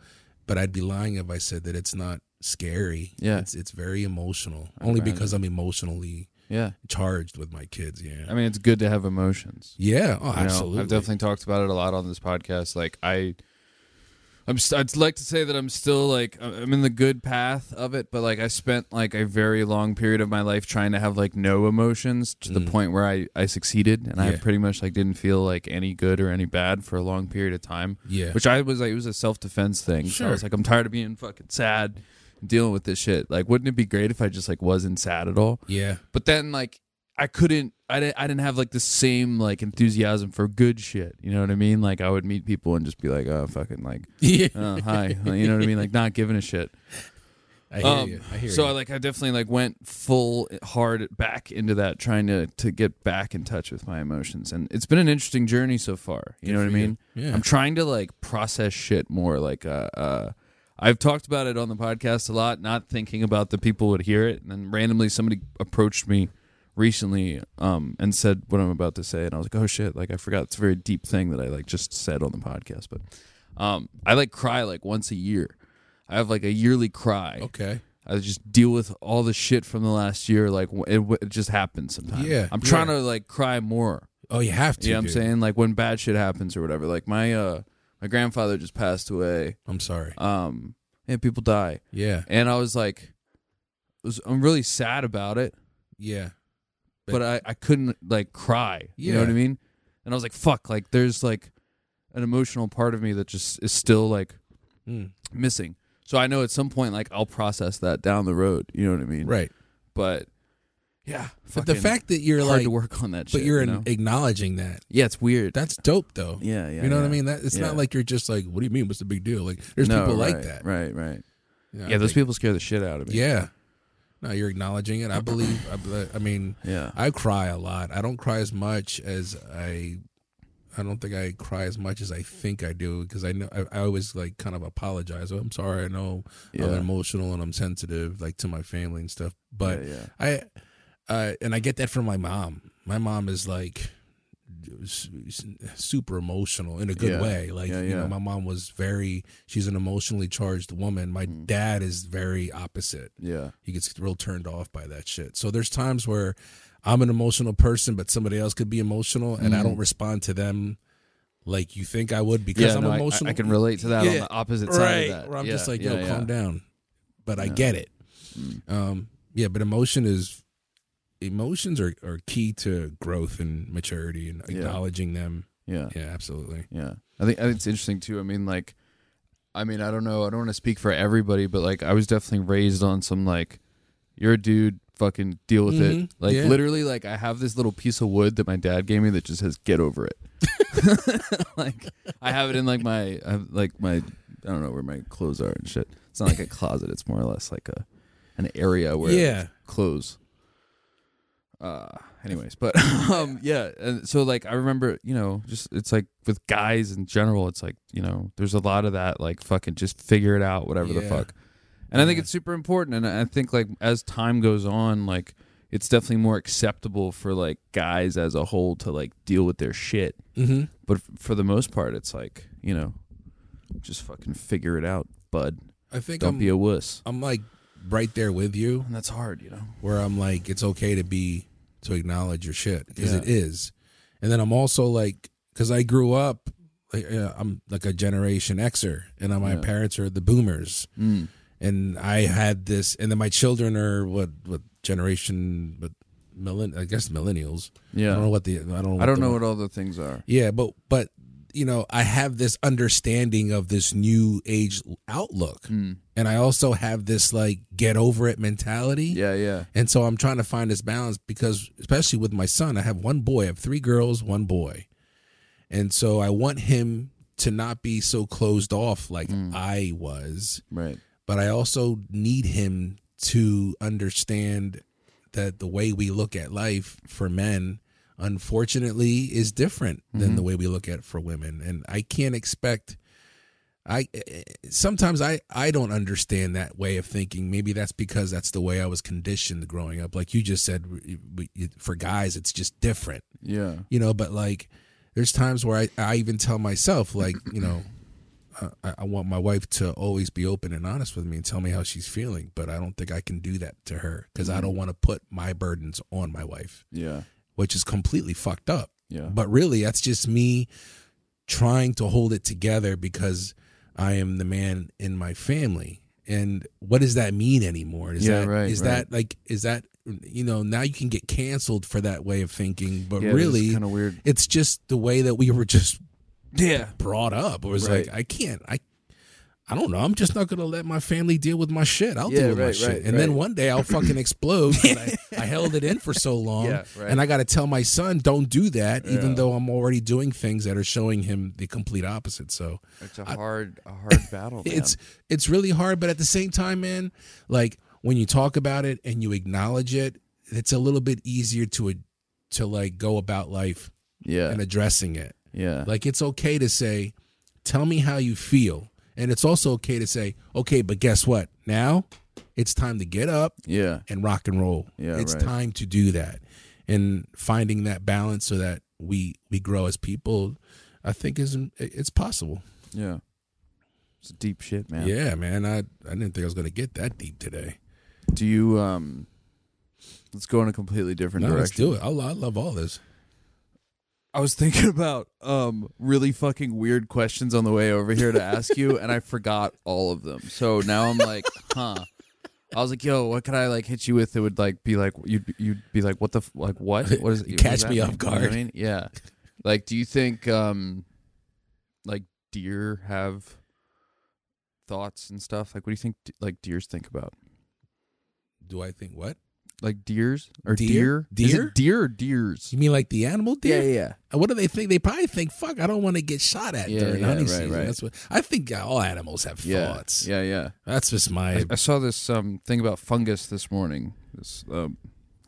Speaker 2: but I'd be lying if I said that it's not scary.
Speaker 1: Yeah.
Speaker 2: it's it's very emotional.
Speaker 1: I
Speaker 2: only
Speaker 1: imagine.
Speaker 2: because I'm emotionally
Speaker 1: Yeah.
Speaker 2: charged with my kids. Yeah.
Speaker 1: I mean, it's good to have emotions.
Speaker 2: yeah. Oh,
Speaker 1: You know,
Speaker 2: absolutely.
Speaker 1: I've definitely talked about it a lot on this podcast. Like I, I'm. St- I'd like to say that I'm still like I- I'm in the good path of it, but like I spent like a very long period of my life trying to have like no emotions to the
Speaker 2: Mm.
Speaker 1: point where I I succeeded and I
Speaker 2: Yeah.
Speaker 1: pretty much like didn't feel like any good or any bad for a long period of time.
Speaker 2: Yeah.
Speaker 1: Which I was like, it was a self defense thing. So I
Speaker 2: Sure.
Speaker 1: was like, I'm tired of being fucking sad, dealing with this shit. Like, wouldn't it be great if I just like wasn't sad at all? <laughs>
Speaker 2: yeah. <laughs>
Speaker 1: but then like I couldn't I didn't I didn't have like the same like enthusiasm for good shit. You know what I mean? Like I would meet people and just be like, oh fucking like
Speaker 2: Yeah.
Speaker 1: oh, hi. you know what I mean? Like not giving a shit.
Speaker 2: I hear
Speaker 1: Um,
Speaker 2: you. I hear
Speaker 1: so
Speaker 2: you.
Speaker 1: I like I definitely like went full hard back into that trying to to get back in touch with my emotions. And it's been an interesting journey so far. You know what I
Speaker 2: for you.
Speaker 1: mean?
Speaker 2: Yeah.
Speaker 1: I'm trying to like process shit more like uh uh I've talked about it on the podcast a lot, not thinking about the people would hear it. And then randomly somebody approached me recently um and said what I'm about to say and I was like, "Oh shit, like I forgot it's a very deep thing that I like just said on the podcast." But um I like cry like once a year. I have like a yearly cry.
Speaker 2: okay.
Speaker 1: I just deal with all the shit from the last year like w- it, w- it just happens sometimes.
Speaker 2: Yeah,
Speaker 1: I'm trying
Speaker 2: yeah.
Speaker 1: to like cry more.
Speaker 2: Oh, you have to.
Speaker 1: You know what I'm
Speaker 2: dude.
Speaker 1: saying? Like when bad shit happens or whatever. Like my uh my grandfather just passed away.
Speaker 2: I'm sorry.
Speaker 1: Um and people die.
Speaker 2: Yeah.
Speaker 1: And I was like was, I'm really sad about it,
Speaker 2: Yeah.
Speaker 1: but, I, I couldn't like cry. You know
Speaker 2: Yeah.
Speaker 1: what I mean? And I was like, fuck, like there's like an emotional part of me that just is still like
Speaker 2: Mm.
Speaker 1: missing. So I know at some point like I'll process that down the road. You know what I mean?
Speaker 2: Right.
Speaker 1: But yeah.
Speaker 2: But the
Speaker 1: fucking
Speaker 2: fact that you're
Speaker 1: hard
Speaker 2: like,
Speaker 1: to work on that
Speaker 2: but
Speaker 1: shit.
Speaker 2: you're
Speaker 1: you
Speaker 2: an-
Speaker 1: know?
Speaker 2: acknowledging that.
Speaker 1: Yeah, it's weird.
Speaker 2: That's dope, though.
Speaker 1: yeah, yeah.
Speaker 2: you know what I
Speaker 1: yeah.
Speaker 2: mean? That it's
Speaker 1: Yeah.
Speaker 2: not like you're just like, what do you mean? What's the big deal? Like, there's
Speaker 1: No,
Speaker 2: people like
Speaker 1: right,
Speaker 2: that.
Speaker 1: Right, right.
Speaker 2: Yeah.
Speaker 1: Yeah, those people scare the shit out of me.
Speaker 2: Yeah. No, you're acknowledging it. I believe. I, bel- I mean,
Speaker 1: Yeah.
Speaker 2: I cry a lot. I don't cry as much as I. I don't think I cry as much as I think I do because I know I, I always like kind of apologize. Oh, I'm sorry. I know I'm
Speaker 1: Yeah.
Speaker 2: emotional and I'm sensitive, like to my family and stuff. But
Speaker 1: yeah, yeah.
Speaker 2: I, uh, and I get that from my mom. My mom is like s- s- super emotional in a good
Speaker 1: Yeah.
Speaker 2: way. Like
Speaker 1: Yeah,
Speaker 2: you
Speaker 1: yeah.
Speaker 2: know, my mom was very. She's an emotionally charged woman. My
Speaker 1: Mm.
Speaker 2: dad is very opposite
Speaker 1: Yeah.
Speaker 2: he gets real turned off by that shit. So there's times where I'm an emotional person, but somebody else could be emotional, and
Speaker 1: Mm-hmm.
Speaker 2: I don't respond to them like you think I would because
Speaker 1: yeah,
Speaker 2: I'm
Speaker 1: no, I-
Speaker 2: emotional.
Speaker 1: I, can relate to that on
Speaker 2: Yeah.
Speaker 1: the opposite side
Speaker 2: right?
Speaker 1: of that.
Speaker 2: Where I'm
Speaker 1: Yeah,
Speaker 2: just like,
Speaker 1: yeah, Mm.
Speaker 2: yo,
Speaker 1: yeah.
Speaker 2: calm down. But I get it. Um, yeah, but emotion is emotions are, are key to growth and maturity and
Speaker 1: Yeah.
Speaker 2: acknowledging them.
Speaker 1: Yeah.
Speaker 2: Yeah, absolutely.
Speaker 1: Yeah. I think I think it's interesting too. I mean, like I mean, I don't know, I don't want to speak for everybody, but like I was definitely raised on some like you're a dude, fucking deal with it.
Speaker 2: Mhm.
Speaker 1: Like
Speaker 2: Yeah.
Speaker 1: literally like I have this little piece of wood that my dad gave me that just says get over it.
Speaker 2: <laughs>
Speaker 1: <laughs> like I have it in like my I have, like my I don't know where my clothes are and shit. It's not like a closet, it's more or less like a an area where
Speaker 2: Yeah,
Speaker 1: clothes. Uh, anyways, but <laughs> um, yeah. And so like I remember, you know, just it's like with guys in general, it's like you know, there's a lot of that like fucking just figure it out, whatever the
Speaker 2: Yeah.
Speaker 1: fuck. And I think
Speaker 2: Yeah.
Speaker 1: it's super important. And I think like as time goes on, like it's definitely more acceptable for like guys as a whole to like deal with their shit.
Speaker 2: Mm-hmm.
Speaker 1: But f- for the most part, it's like you know, just fucking figure it out, bud.
Speaker 2: I think
Speaker 1: Don't
Speaker 2: I'm,
Speaker 1: be a wuss.
Speaker 2: I'm like right there with you,
Speaker 1: And that's hard, you know.
Speaker 2: where I'm like, it's okay to be to acknowledge your shit because
Speaker 1: Yeah.
Speaker 2: it is. And then I'm also like, because I grew up, like, uh, I'm like a Generation Xer, and my
Speaker 1: Yeah.
Speaker 2: parents are the Boomers.
Speaker 1: Mm.
Speaker 2: and I had this, and then my children are what what generation, but millen I guess millennials. I don't know
Speaker 1: Yeah,
Speaker 2: what the I don't know what
Speaker 1: I don't
Speaker 2: the-
Speaker 1: know what all the things are.
Speaker 2: yeah, but but you know I have this understanding of this new age outlook,
Speaker 1: Mm.
Speaker 2: and I also have this like get over it mentality.
Speaker 1: Yeah, yeah.
Speaker 2: And so I'm trying to find this balance because, especially with my son, I have one boy, I have three girls, one boy. And so I want him to not be so closed off like I was
Speaker 1: Right.
Speaker 2: but I also need him to understand that the way we look at life for men, unfortunately, is different than the way we look at it for women. And I can't expect. I sometimes I I don't understand that way of thinking. Maybe that's because that's the way I was conditioned growing up. Like you just said, we- we- for guys, it's just different
Speaker 1: Yeah.
Speaker 2: you know but like there's times where i, I even tell myself like you know I, I want my wife to always be open and honest with me and tell me how she's feeling but i don't think i can do that to her because
Speaker 1: Mm-hmm.
Speaker 2: i don't want to put my burdens on my wife
Speaker 1: Yeah.
Speaker 2: which is completely fucked up
Speaker 1: Yeah.
Speaker 2: but really that's just me trying to hold it together because i am the man in my family and what does that mean anymore is
Speaker 1: Yeah,
Speaker 2: that
Speaker 1: right,
Speaker 2: is that like is that you know now you can get canceled for that way of thinking but really
Speaker 1: kind of weird.
Speaker 2: it's just the way that we were just
Speaker 1: Yeah.
Speaker 2: brought up. It was
Speaker 1: Right.
Speaker 2: like I can't, I, I don't know. I'm just not gonna let my family deal with my shit. I'll
Speaker 1: Yeah,
Speaker 2: deal with my
Speaker 1: right,
Speaker 2: shit,
Speaker 1: right,
Speaker 2: and then
Speaker 1: right.
Speaker 2: one day I'll
Speaker 1: <laughs>
Speaker 2: fucking explode. 'cause I, I held it in for so long,
Speaker 1: Yeah, right.
Speaker 2: and I got to tell my son, don't do that,
Speaker 1: Yeah.
Speaker 2: even though I'm already doing things that are showing him the complete opposite. So
Speaker 1: It's a hard,
Speaker 2: <laughs>
Speaker 1: a hard battle. man.
Speaker 2: it's it's really hard, but at the same time, man, like when you talk about it and you acknowledge it, it's a little bit easier to to like go about life
Speaker 1: yeah,
Speaker 2: and addressing it.
Speaker 1: yeah,
Speaker 2: Like it's okay to say, tell me how you feel. And it's also okay to say, okay, but guess what? Now it's time to get up
Speaker 1: yeah,
Speaker 2: and rock and roll.
Speaker 1: Yeah,
Speaker 2: it's
Speaker 1: right.
Speaker 2: time to do that. And finding that balance so that we we grow as people, I think is it's possible.
Speaker 1: yeah. It's deep shit, man.
Speaker 2: Yeah, man. I I didn't think I was gonna get that deep today.
Speaker 1: Do you um? Let's go in a completely different
Speaker 2: No,
Speaker 1: direction.
Speaker 2: let's do it. I, lo- I love all this.
Speaker 1: I was thinking <laughs> about um really fucking weird questions on the way over here to ask you, and I forgot all of them. So now I'm like, <laughs> huh. I was like, yo, what could I like hit you with? It would like be like you'd be- you'd be like, what the f- like
Speaker 2: <laughs>
Speaker 1: what? What is what
Speaker 2: Catch
Speaker 1: does that
Speaker 2: me off
Speaker 1: mean? You know what
Speaker 2: guard.
Speaker 1: I mean, yeah. Like, do you think um like deer have thoughts and stuff? Like, what do you think d- like deers think about?
Speaker 2: Do I think what?
Speaker 1: Like deers or
Speaker 2: Deer?
Speaker 1: deer? Is
Speaker 2: Deer?
Speaker 1: it deer or deers?
Speaker 2: You mean like the animal deer?
Speaker 1: yeah, yeah.
Speaker 2: What do they think? They probably think, "Fuck, I don't want to get shot at
Speaker 1: Yeah,
Speaker 2: during
Speaker 1: yeah,
Speaker 2: hunting
Speaker 1: right,
Speaker 2: season."
Speaker 1: right.
Speaker 2: That's what I think. All animals have
Speaker 1: Yeah,
Speaker 2: thoughts.
Speaker 1: yeah, yeah.
Speaker 2: That's just
Speaker 1: I,
Speaker 2: my.
Speaker 1: I saw this um, thing about fungus this morning. This, um,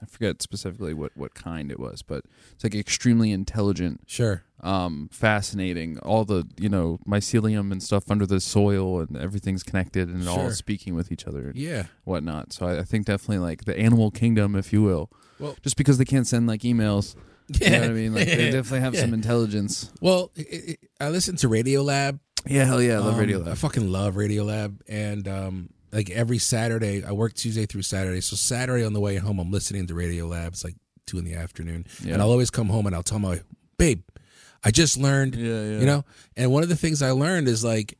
Speaker 1: I forget specifically what, what kind it was, but it's like extremely intelligent,
Speaker 2: Sure.
Speaker 1: um, fascinating. All the you know mycelium and stuff under the soil, and everything's connected and all
Speaker 2: Sure.
Speaker 1: speaking with each other and
Speaker 2: Yeah.
Speaker 1: whatnot. So I, I think definitely like the animal kingdom, if you will.
Speaker 2: Well-
Speaker 1: just because they can't send like emails, <laughs> you
Speaker 2: <laughs>
Speaker 1: know what I mean? Like they
Speaker 2: Yeah.
Speaker 1: definitely have some intelligence.
Speaker 2: Well, i i I listen to Radio Lab.
Speaker 1: Yeah, hell yeah, I love
Speaker 2: Um,
Speaker 1: Radio
Speaker 2: I
Speaker 1: Lab.
Speaker 2: fucking love Radio Lab. And um, like every Saturday, I work Tuesday through Saturday. So Saturday on the way home, I'm listening to Radio Lab. It's like two in the afternoon,
Speaker 1: Yeah.
Speaker 2: and I'll always come home and I'll tell my babe, I just learned.
Speaker 1: Yeah, yeah.
Speaker 2: You know, and one of the things I learned is like,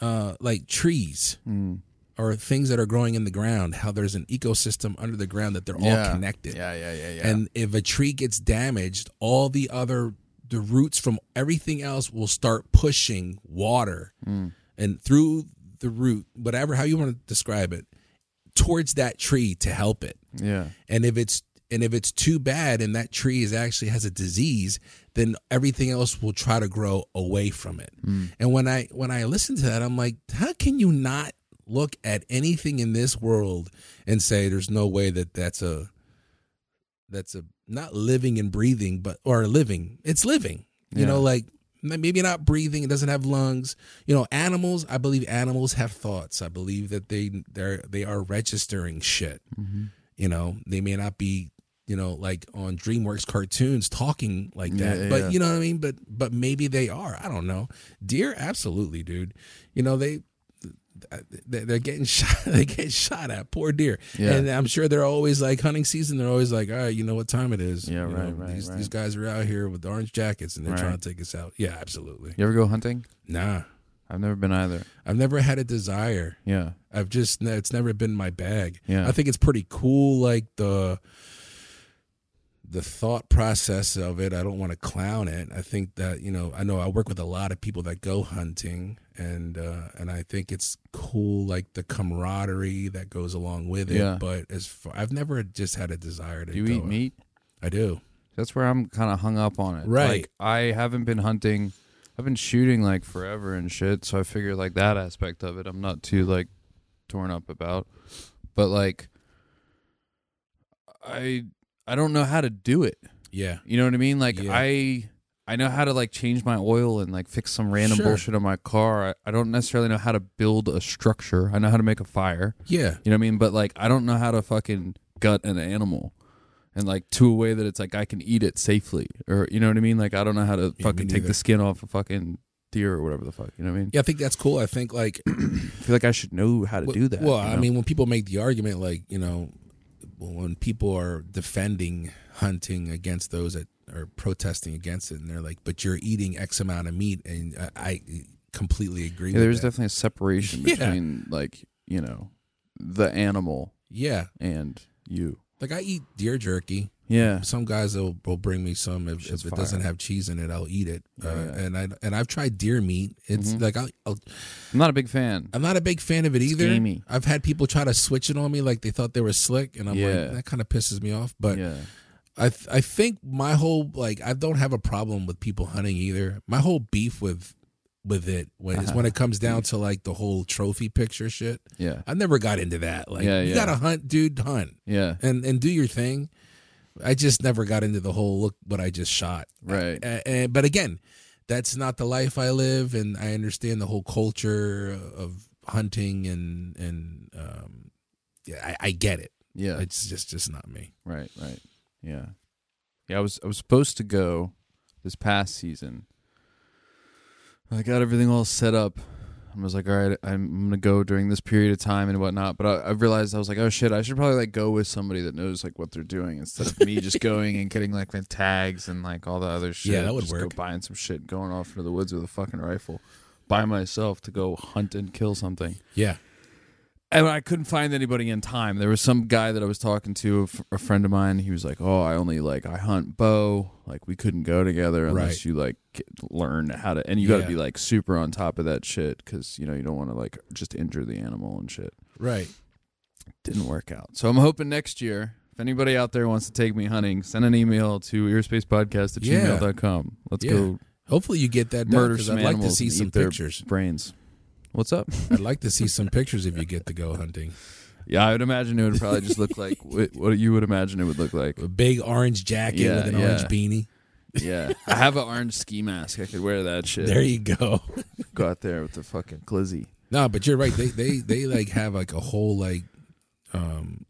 Speaker 2: uh, like trees.
Speaker 1: Mm.
Speaker 2: or things that are growing in the ground, how there's an ecosystem under the ground that they're all
Speaker 1: Yeah.
Speaker 2: connected.
Speaker 1: Yeah, yeah, yeah, yeah.
Speaker 2: And if a tree gets damaged, all the other the roots from everything else will start pushing water and through the root, whatever how you want to describe it, towards that tree to help it.
Speaker 1: yeah.
Speaker 2: And if it's and if it's too bad and that tree is actually has a disease, then everything else will try to grow away from it. And when I when I listen to that, I'm like, how can you not look at anything in this world and say there's no way that that's a that's a not living and breathing but or living it's living you
Speaker 1: Yeah.
Speaker 2: know like m- maybe not breathing it doesn't have lungs you know animals i believe animals have thoughts i believe that they they're they are registering shit you know they may not be you know like on dreamworks cartoons talking like
Speaker 1: Yeah,
Speaker 2: that
Speaker 1: yeah,
Speaker 2: but
Speaker 1: yeah.
Speaker 2: you know what i mean but but maybe they are i don't know deer absolutely dude you know they they- they're getting <laughs> shot they get shot at poor deer
Speaker 1: Yeah.
Speaker 2: and i'm sure they're always like hunting season they're always like all right you know what time it is
Speaker 1: Yeah,
Speaker 2: You
Speaker 1: right,
Speaker 2: know,
Speaker 1: right,
Speaker 2: these,
Speaker 1: right.
Speaker 2: these guys are out here with the orange jackets and they're
Speaker 1: Right.
Speaker 2: trying to take us out yeah absolutely
Speaker 1: You ever go hunting?
Speaker 2: nah
Speaker 1: I've never been either.
Speaker 2: i've never had a desire
Speaker 1: Yeah.
Speaker 2: I've just no, it's never been my bag.
Speaker 1: Yeah.
Speaker 2: I think it's pretty cool, like the the thought process of it. I don't want to clown it. I think that you know, I know I work with a lot of people that go hunting, and uh, and I think it's cool, like the camaraderie that goes along with it.
Speaker 1: Yeah.
Speaker 2: But as far, I've never just had a desire to
Speaker 1: Do you
Speaker 2: go
Speaker 1: eat
Speaker 2: out.
Speaker 1: meat?
Speaker 2: I do.
Speaker 1: That's where I'm kind of hung up on it.
Speaker 2: Right.
Speaker 1: Like, I haven't been hunting. I've been shooting like forever and shit. So I figure like that aspect of it, I'm not too like torn up about. But like, I I don't know how to do it.
Speaker 2: Yeah.
Speaker 1: You know what I mean? Like
Speaker 2: Yeah.
Speaker 1: I I know how to like change my oil and like fix some random
Speaker 2: Sure.
Speaker 1: bullshit on my car. I, I don't necessarily know how to build a structure. I know how to make a fire.
Speaker 2: Yeah.
Speaker 1: You know what I mean? But like I don't know how to fucking gut an animal. And like to a way that it's like I can eat it safely. Or you know what I mean? Like I don't know how to
Speaker 2: me
Speaker 1: fucking take
Speaker 2: neither.
Speaker 1: the skin off a fucking deer or whatever the fuck. You know what I mean?
Speaker 2: Yeah. I think that's cool. I think like
Speaker 1: I feel like I should know how to
Speaker 2: Well-
Speaker 1: do that.
Speaker 2: Well,
Speaker 1: you
Speaker 2: I
Speaker 1: know?
Speaker 2: mean, when people make the argument, like you know, when people are defending hunting against those that are protesting against it, and they're like, "But you're eating X amount of meat," and I, I completely agree.
Speaker 1: Yeah,
Speaker 2: with
Speaker 1: there's
Speaker 2: that.
Speaker 1: definitely a separation
Speaker 2: <laughs> Yeah.
Speaker 1: between like, you know, the animal
Speaker 2: yeah,
Speaker 1: and you.
Speaker 2: like I eat deer jerky.
Speaker 1: Yeah.
Speaker 2: Some guys will, will bring me some if,
Speaker 1: Shit's
Speaker 2: if it
Speaker 1: fire.
Speaker 2: doesn't have cheese in it, I'll eat it. uh,
Speaker 1: Yeah, Mm-hmm. yeah.
Speaker 2: And I and I've tried deer meat. It's like I'll, I'll
Speaker 1: I'm not a big fan.
Speaker 2: I'm not a big fan of it either.
Speaker 1: gamey.
Speaker 2: I've had people try to switch it on me, like they thought they were slick, and I'm
Speaker 1: Yeah.
Speaker 2: like, that kind of pisses me off. But
Speaker 1: yeah.
Speaker 2: I th- I think my whole like I don't have a problem with people hunting either. My whole beef with with it when
Speaker 1: Uh-huh.
Speaker 2: is when it comes down to like the whole trophy picture shit.
Speaker 1: Yeah.
Speaker 2: I never got into that. Like
Speaker 1: Yeah,
Speaker 2: you
Speaker 1: yeah.
Speaker 2: gotta hunt, dude, hunt
Speaker 1: Yeah.
Speaker 2: and and do your thing. I just never got into the whole look what I just shot.
Speaker 1: Right.
Speaker 2: A- and- but again, that's not the life I live, and I understand the whole culture of hunting and and um, yeah, I, I get it.
Speaker 1: Yeah.
Speaker 2: It's just just not me.
Speaker 1: Right, right. Yeah. Yeah, I was I was supposed to go this past season. I got everything all set up. I was like, all right, I'm I'm gonna go during this period of time and whatnot. But I, I realized I was like, oh shit, I should probably like go with somebody that knows like what they're doing instead of
Speaker 2: <laughs>
Speaker 1: me just going and getting like the tags and like all the other shit.
Speaker 2: Yeah, that would
Speaker 1: just
Speaker 2: work.
Speaker 1: Go buying some shit, and going off into the woods with a fucking rifle by myself to go hunt and kill something
Speaker 2: Yeah.
Speaker 1: and I couldn't find anybody in time. There was some guy that I was talking to, a, f- a friend of mine. He was like, "Oh, I only like I hunt bow. Like we couldn't go together unless
Speaker 2: Right.
Speaker 1: you like get, learn how to." And you got to
Speaker 2: Yeah.
Speaker 1: be like super on top of that shit because you know you don't want to like just injure the animal and shit.
Speaker 2: Right.
Speaker 1: Didn't work out. So I'm hoping next year, if anybody out there wants to take me hunting, send an email to earspacepodcast at
Speaker 2: Yeah.
Speaker 1: gmail.com. Let's
Speaker 2: Yeah.
Speaker 1: go
Speaker 2: Hopefully you get that done
Speaker 1: murder
Speaker 2: because
Speaker 1: some
Speaker 2: I'd like to
Speaker 1: animals
Speaker 2: see
Speaker 1: and
Speaker 2: some
Speaker 1: eat their
Speaker 2: pictures.
Speaker 1: brains. What's up?
Speaker 2: I'd like to
Speaker 1: <laughs>
Speaker 2: see some pictures if you get to go hunting.
Speaker 1: Yeah, I would imagine it would probably just look like <laughs> what what you would imagine it would look like.
Speaker 2: A big orange jacket
Speaker 1: Yeah,
Speaker 2: with an
Speaker 1: yeah.
Speaker 2: orange beanie.
Speaker 1: Yeah, I have an orange ski mask. I could wear that shit.
Speaker 2: There you go. <laughs>
Speaker 1: Go out there with the fucking glizzy.
Speaker 2: no, but you're right. They they they like have like a whole like um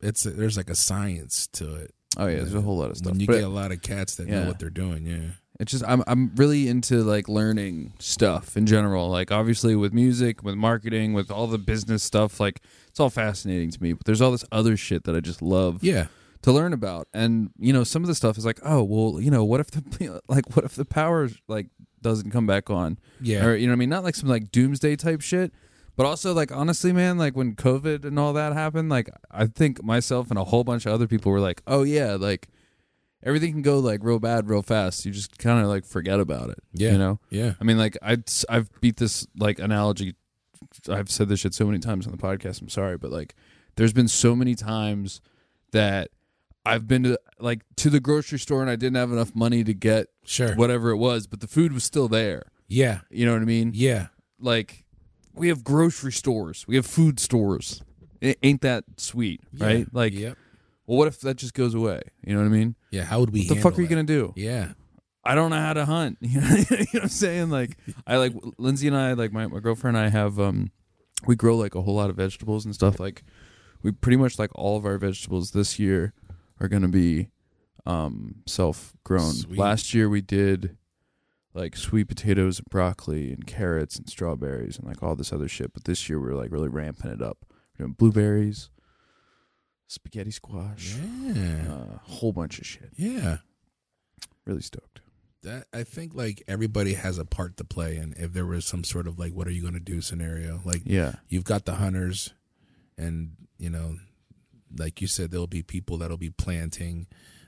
Speaker 2: it's there's like a science to it.
Speaker 1: Oh yeah, there's a whole lot of stuff.
Speaker 2: When you
Speaker 1: But
Speaker 2: get a lot of cats that
Speaker 1: Yeah.
Speaker 2: know what they're doing, yeah.
Speaker 1: it's just I'm I'm really into like learning stuff in general. Like obviously with music, with marketing, with all the business stuff. Like it's all fascinating to me. But there's all this other shit that I just love.
Speaker 2: Yeah.
Speaker 1: to learn about and you know some of the stuff is like oh well you know what if the <laughs> like what if the power like doesn't come back on
Speaker 2: Yeah.
Speaker 1: or you know what i mean not like some like doomsday type shit but also like honestly man like when covid and all that happened like i think myself and a whole bunch of other people were like oh yeah like everything can go like real bad real fast you just kind of like forget about it
Speaker 2: Yeah.
Speaker 1: you know
Speaker 2: Yeah.
Speaker 1: I mean, like I, I've beat this like analogy. I've said this shit so many times on the podcast. I'm sorry, but like, there's been so many times that I've been to like to the grocery store and I didn't have enough money to get
Speaker 2: Sure.
Speaker 1: whatever it was, but the food was still there.
Speaker 2: Yeah.
Speaker 1: You know what I mean?
Speaker 2: Yeah.
Speaker 1: Like, we have grocery stores, we have food stores. A- ain't that sweet, right? Like,
Speaker 2: yep.
Speaker 1: well, what if that just goes away? You know what I mean?
Speaker 2: Yeah, how would we
Speaker 1: What the fuck are
Speaker 2: handle
Speaker 1: you
Speaker 2: it?
Speaker 1: gonna do?
Speaker 2: Yeah.
Speaker 1: I don't know how to hunt. <laughs> You know, you know what I'm saying? Like, I like Lindsay and I, like my, my girlfriend and I have, um, we grow like a whole lot of vegetables and stuff. Like, we pretty much like all of our vegetables this year are gonna be, um, self grown.
Speaker 2: Sweet.
Speaker 1: Last year we did like sweet potatoes and broccoli and carrots and strawberries and like all this other shit. But this year we're like really ramping it up. We're doing blueberries, spaghetti squash,
Speaker 2: Yeah.
Speaker 1: uh, a whole bunch of shit.
Speaker 2: Yeah.
Speaker 1: Really stoked.
Speaker 2: That I think like everybody has a part to play and if there was some sort of like what are you gonna do scenario. Like
Speaker 1: Yeah.
Speaker 2: you've got the hunters and you know like you said there'll be people that'll be planting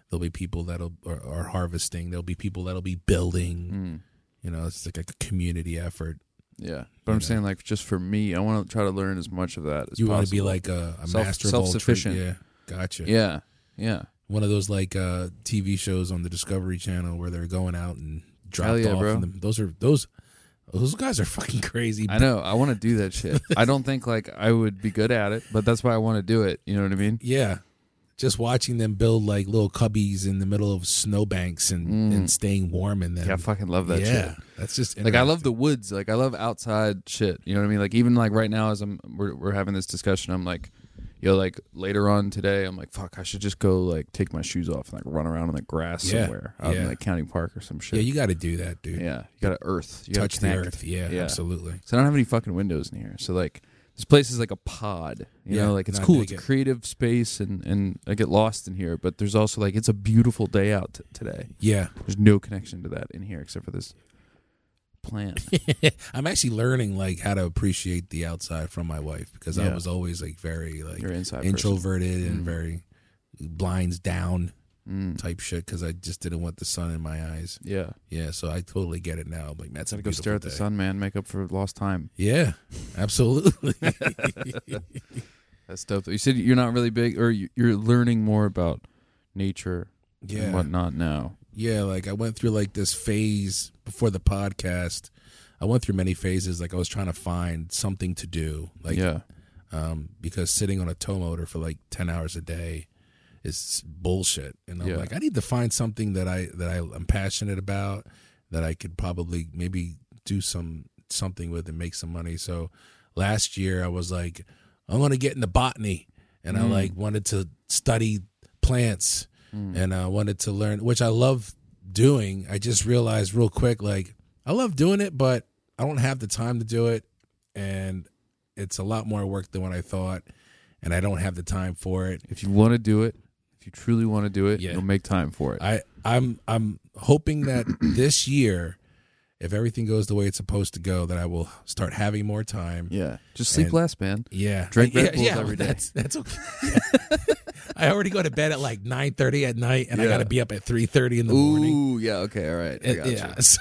Speaker 2: there'll be people that'll are, are harvesting there'll be people that'll be building
Speaker 1: Mm.
Speaker 2: you know it's like a community effort
Speaker 1: Yeah, but I'm
Speaker 2: know?
Speaker 1: saying like just for me, I want to try to learn as much of that as
Speaker 2: you
Speaker 1: possible.
Speaker 2: want to be like a, a
Speaker 1: Self-
Speaker 2: master of all trades
Speaker 1: self-sufficient.
Speaker 2: yeah gotcha
Speaker 1: yeah, yeah,
Speaker 2: one of those like uh tv shows on the discovery channel where they're going out and dropped
Speaker 1: Hell yeah,
Speaker 2: off
Speaker 1: bro.
Speaker 2: and them- those are those those guys are fucking <laughs> crazy
Speaker 1: I know. I want to do that shit. I don't think like I would be good at it, but that's why I want to do it. You know what I mean?
Speaker 2: Yeah. Just watching them build like little cubbies in the middle of snowbanks and, and staying warm in them.
Speaker 1: Mm. Yeah, I fucking love that
Speaker 2: yeah.
Speaker 1: shit.
Speaker 2: That's just
Speaker 1: Like I love the woods. Like I love outside shit. You know what I mean? Like even like right now as I'm we're we're having this discussion, I'm like, yo, like later on today, I'm like, fuck, I should just go like take my shoes off and like run around on the grass
Speaker 2: Yeah,
Speaker 1: somewhere out in
Speaker 2: yeah.
Speaker 1: like county park or some shit.
Speaker 2: Yeah, you got to do that, dude.
Speaker 1: yeah, you gotta earth. You gotta
Speaker 2: Touch the
Speaker 1: connect.
Speaker 2: earth. Yeah,
Speaker 1: Yeah.
Speaker 2: absolutely.
Speaker 1: So I don't have any fucking windows in here. So like this place is like a pod. You
Speaker 2: Yeah,
Speaker 1: know, like it's
Speaker 2: no, I
Speaker 1: cool.
Speaker 2: dig
Speaker 1: It's a
Speaker 2: it.
Speaker 1: creative space and and I get lost in here, but there's also like it's a beautiful day out t- today.
Speaker 2: Yeah. <laughs>
Speaker 1: There's no connection to that in here except for this
Speaker 2: <laughs>
Speaker 1: plant.
Speaker 2: I'm actually learning like how to appreciate the outside from my wife because I
Speaker 1: Yeah.
Speaker 2: was always like very like
Speaker 1: You're an inside person.
Speaker 2: introverted and very blinds down
Speaker 1: Mm.
Speaker 2: type shit because I just didn't want the sun in my eyes.
Speaker 1: Yeah.
Speaker 2: Yeah, so I totally get it now. I'm like, that's a
Speaker 1: Gotta go
Speaker 2: beautiful
Speaker 1: stare at the
Speaker 2: day.
Speaker 1: sun, man, make up for lost time.
Speaker 2: Yeah, absolutely.
Speaker 1: <laughs>
Speaker 2: <laughs>
Speaker 1: That's dope. You said you're not really big or you- you're learning more about nature and
Speaker 2: yeah.
Speaker 1: whatnot now.
Speaker 2: Yeah, like I went through like this phase before the podcast. I went through many phases. Like I was trying to find something to do, like
Speaker 1: yeah.
Speaker 2: um, because sitting on a tow motor for like ten hours a day is bullshit. And I'm
Speaker 1: Yeah.
Speaker 2: like, I need to find something that I that I am passionate about that I could probably maybe do some something with and make some money. So last year I was like, I'm gonna get into botany, and I like wanted to study plants, and I wanted to learn, which I love doing. I just realized real quick, like I love doing it, but I don't have the time to do it, and it's a lot more work than what I thought, and I don't have the time for it.
Speaker 1: If you want to do it, if you truly want to do it,
Speaker 2: Yeah.
Speaker 1: you'll make time for it.
Speaker 2: I I'm I'm hoping that this year, if everything goes the way it's supposed to go, that I will start having more time.
Speaker 1: yeah. Just sleep
Speaker 2: And-
Speaker 1: less, man.
Speaker 2: Yeah,
Speaker 1: Drink Red
Speaker 2: yeah,
Speaker 1: Bulls
Speaker 2: yeah,
Speaker 1: every day.
Speaker 2: That's that's okay. <laughs> I already go to bed at like nine thirty at night, and I
Speaker 1: Yeah.
Speaker 2: got to be up at three thirty in the morning.
Speaker 1: Ooh, yeah, okay, all right. I
Speaker 2: And-
Speaker 1: got
Speaker 2: yeah, <laughs> so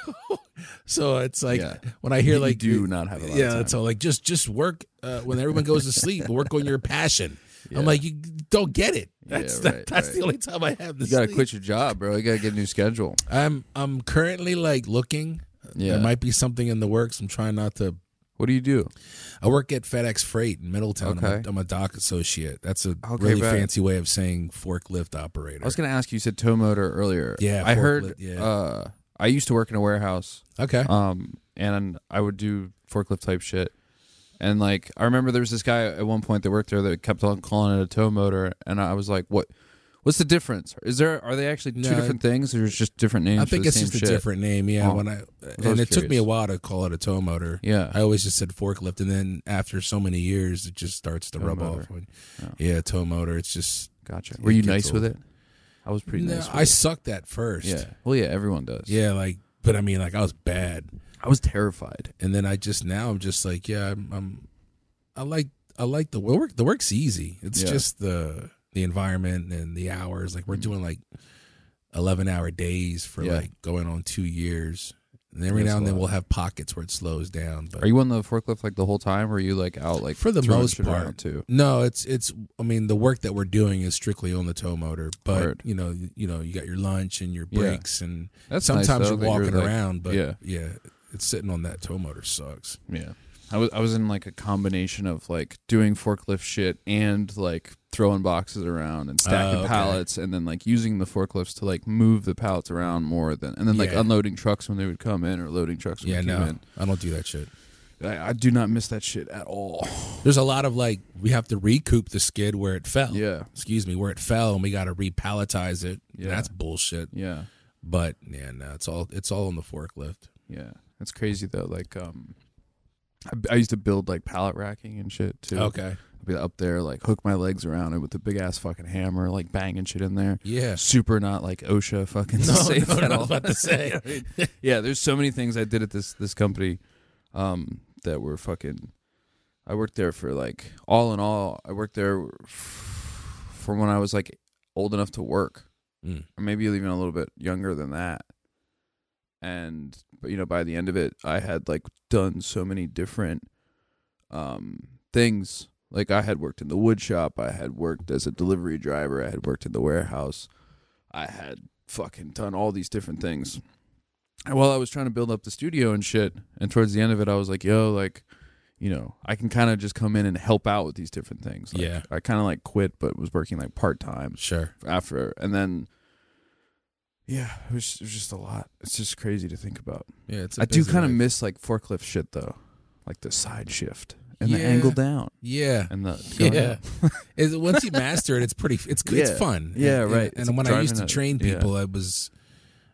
Speaker 2: so it's like
Speaker 1: Yeah.
Speaker 2: when I hear
Speaker 1: You
Speaker 2: like
Speaker 1: do not have a lot of
Speaker 2: yeah,
Speaker 1: time.
Speaker 2: that's all. Like just just work uh, when everyone goes to
Speaker 1: <laughs>
Speaker 2: sleep. work on your passion. I'm like you don't get it. That's
Speaker 1: Yeah,
Speaker 2: that,
Speaker 1: right,
Speaker 2: that's
Speaker 1: right.
Speaker 2: the only time I have. To
Speaker 1: You gotta
Speaker 2: sleep.
Speaker 1: quit your job, bro. You gotta get a new schedule.
Speaker 2: I'm I'm currently like looking.
Speaker 1: Yeah.
Speaker 2: There might be something in the works. I'm trying not to.
Speaker 1: What do you do?
Speaker 2: I work at FedEx Freight in Middletown. I'm,
Speaker 1: Okay.
Speaker 2: a, I'm a dock associate. That's a
Speaker 1: Okay,
Speaker 2: really
Speaker 1: right.
Speaker 2: fancy way of saying forklift operator.
Speaker 1: I was gonna ask you. You said tow motor earlier.
Speaker 2: Yeah,
Speaker 1: I
Speaker 2: forklift,
Speaker 1: heard.
Speaker 2: yeah.
Speaker 1: Uh, I used to work in a warehouse,
Speaker 2: okay.
Speaker 1: um, and I would do forklift type shit. And like, I remember there was this guy at one point that worked there that kept on calling it a tow motor, and I was like, "What? What's the difference? Is there are they actually two
Speaker 2: No,
Speaker 1: different things, or is just different names?"
Speaker 2: I
Speaker 1: for
Speaker 2: think
Speaker 1: the
Speaker 2: it's
Speaker 1: same
Speaker 2: just a
Speaker 1: shit?
Speaker 2: different name. Yeah.
Speaker 1: Oh.
Speaker 2: When I and
Speaker 1: always
Speaker 2: it took me
Speaker 1: curious.
Speaker 2: a while to call it a tow motor.
Speaker 1: Yeah.
Speaker 2: I always just said forklift, and then after so many years, it just starts to rub
Speaker 1: motor.
Speaker 2: off. Yeah, tow motor. It's just
Speaker 1: Gotcha. Were you
Speaker 2: gets
Speaker 1: nice with it?
Speaker 2: old.
Speaker 1: I was pretty
Speaker 2: no,
Speaker 1: nice. With
Speaker 2: I sucked at first.
Speaker 1: it. Yeah. Well, yeah. Everyone does.
Speaker 2: Yeah. Like, but I mean, like I was bad.
Speaker 1: I was terrified.
Speaker 2: and then I just now I'm just like, yeah, I'm, I'm I like I like the work. The work's easy. It's
Speaker 1: Yeah. Mm-hmm.
Speaker 2: just the the environment and the hours. Like we're doing like eleven hour days for
Speaker 1: Yeah.
Speaker 2: like going on two years. And every
Speaker 1: That's
Speaker 2: now and
Speaker 1: a
Speaker 2: then
Speaker 1: lot.
Speaker 2: we'll have pockets where it slows down. But
Speaker 1: Are you on the forklift like the whole time, or are you like out like
Speaker 2: for the
Speaker 1: throwing
Speaker 2: most
Speaker 1: shit around,
Speaker 2: part,
Speaker 1: too?
Speaker 2: no, it's it's. I mean, the work that we're doing is strictly on the tow motor. But
Speaker 1: Word.
Speaker 2: you know, you know, you got your lunch and your
Speaker 1: Yeah.
Speaker 2: breaks, and
Speaker 1: That's nice, though,
Speaker 2: sometimes you're
Speaker 1: that you're,
Speaker 2: walking
Speaker 1: like-
Speaker 2: around. But
Speaker 1: yeah.
Speaker 2: yeah, it's sitting on that tow motor sucks.
Speaker 1: Yeah, I was I was in like a combination of like doing forklift shit and like throwing boxes around and stacking
Speaker 2: Oh, okay.
Speaker 1: pallets and then like using the forklifts to like move the pallets around more than and then like
Speaker 2: Yeah.
Speaker 1: unloading trucks when they would come in or loading trucks when
Speaker 2: Yeah,
Speaker 1: they
Speaker 2: no,
Speaker 1: came
Speaker 2: I don't do that shit.
Speaker 1: in. I, I do not miss that shit at
Speaker 2: <sighs>
Speaker 1: all.
Speaker 2: There's a lot of like we have to recoup the skid where it fell.
Speaker 1: Yeah.
Speaker 2: excuse me, where it fell, and we got to repalletize it.
Speaker 1: Yeah.
Speaker 2: that's bullshit.
Speaker 1: Yeah.
Speaker 2: But yeah, no, it's all it's all on the forklift.
Speaker 1: Yeah. That's crazy though. Like um I, I used to build like pallet racking and shit too.
Speaker 2: Okay,
Speaker 1: I'd be up there, like hook my legs around it with the big ass fucking hammer, like banging shit in there. <laughs>
Speaker 2: yeah.
Speaker 1: Super not like OSHA fucking <laughs> safe
Speaker 2: <laughs> no,
Speaker 1: at
Speaker 2: no, I
Speaker 1: all.
Speaker 2: was about to say.
Speaker 1: <laughs> yeah, there's so many things I did at this this company um, that were fucking. I worked there for like all in all, I worked there f- from when I was like old enough to work,
Speaker 2: Mm.
Speaker 1: or maybe even a little bit younger than that. And but you know, by the end of it, I had like done so many different um, things. Like I had worked in the wood shop, I had worked as a delivery driver, I had worked in the warehouse, I had fucking done all these different things and while I was trying to build up the studio and shit, and towards the end of it, I was like, yo, like, you know, I can kind of just come in and help out with these different things. Like,
Speaker 2: Yeah.
Speaker 1: I kind of like quit, but was working like part time
Speaker 2: Sure.
Speaker 1: after. And then, yeah, it was, it was just a lot. It's just crazy to think about.
Speaker 2: Yeah, it's. a
Speaker 1: I do
Speaker 2: busy
Speaker 1: kind of
Speaker 2: life.
Speaker 1: miss like forklift shit though, like the side shift and the
Speaker 2: Yeah.
Speaker 1: angle down
Speaker 2: Yeah.
Speaker 1: and <laughs> the going
Speaker 2: Yeah.
Speaker 1: up.
Speaker 2: Is- once you master it, it's pretty. It's it's
Speaker 1: Yeah.
Speaker 2: fun.
Speaker 1: Yeah,
Speaker 2: And-
Speaker 1: right.
Speaker 2: And,
Speaker 1: It's
Speaker 2: and when I used to
Speaker 1: driving a-
Speaker 2: train
Speaker 1: yeah.
Speaker 2: people, I was,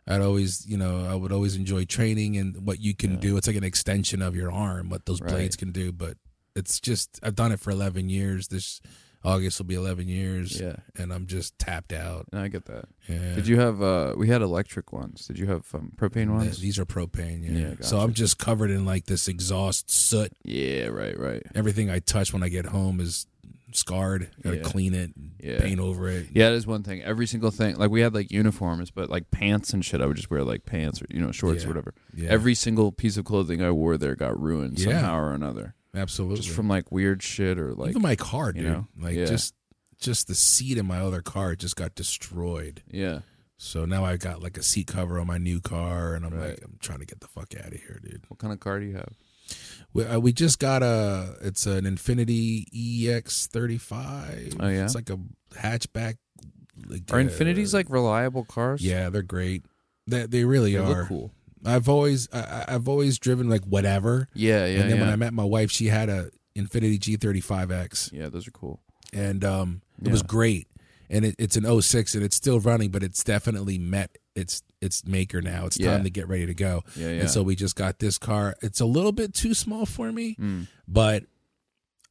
Speaker 2: I'd always, you know, I would always enjoy training and what you can
Speaker 1: Yeah.
Speaker 2: do. It's like an extension of your arm, what those
Speaker 1: Right.
Speaker 2: blades can do. But it's just, I've done it for eleven years. This August will be eleven years,
Speaker 1: Yeah,
Speaker 2: and I'm just tapped out.
Speaker 1: no, I get that.
Speaker 2: Yeah.
Speaker 1: Did you have? uh We had electric ones. Did you have um, propane
Speaker 2: Yeah,
Speaker 1: ones?
Speaker 2: These are propane. Yeah.
Speaker 1: Yeah,
Speaker 2: So I'm just covered in like this exhaust soot.
Speaker 1: Yeah, right, right.
Speaker 2: Everything I touch when I get home is scarred. Gotta
Speaker 1: Yeah.
Speaker 2: clean it,
Speaker 1: Yeah.
Speaker 2: paint over it.
Speaker 1: Yeah, that is one thing. Every single thing, like we had like uniforms, but like pants and shit, I would just wear like pants or you know shorts
Speaker 2: Yeah.
Speaker 1: or whatever.
Speaker 2: Yeah.
Speaker 1: Every single piece of clothing I wore there got ruined
Speaker 2: Yeah.
Speaker 1: somehow or another,
Speaker 2: absolutely.
Speaker 1: just from like weird shit or like
Speaker 2: even my car, dude.
Speaker 1: you know?
Speaker 2: like
Speaker 1: Yeah.
Speaker 2: just just the seat in my other car just got destroyed.
Speaker 1: yeah,
Speaker 2: So now I've got like a seat cover on my new car, and I'm
Speaker 1: Right.
Speaker 2: like, I'm trying to get the fuck out of here, dude.
Speaker 1: what kind of car do you have?
Speaker 2: We, uh, we just got a it's an Infinity EX35.
Speaker 1: Oh, yeah?
Speaker 2: it's like a hatchback. Like,
Speaker 1: Are
Speaker 2: uh,
Speaker 1: Infinities like reliable cars?
Speaker 2: yeah, they're great. They they really
Speaker 1: they
Speaker 2: are.
Speaker 1: look cool.
Speaker 2: I've always I, I- I've always driven like whatever,
Speaker 1: Yeah, yeah,
Speaker 2: and then
Speaker 1: yeah.
Speaker 2: when I met my wife, she had a Infinity G35X,
Speaker 1: yeah, those are cool.
Speaker 2: and um, it was
Speaker 1: Yeah.
Speaker 2: great. And it, it's an 06 and it's still running, but it's definitely met its its maker now. It's
Speaker 1: Yeah.
Speaker 2: time to get ready to go.
Speaker 1: Yeah, yeah.
Speaker 2: And so we just got this car. It's a little bit too small for me,
Speaker 1: Mm.
Speaker 2: but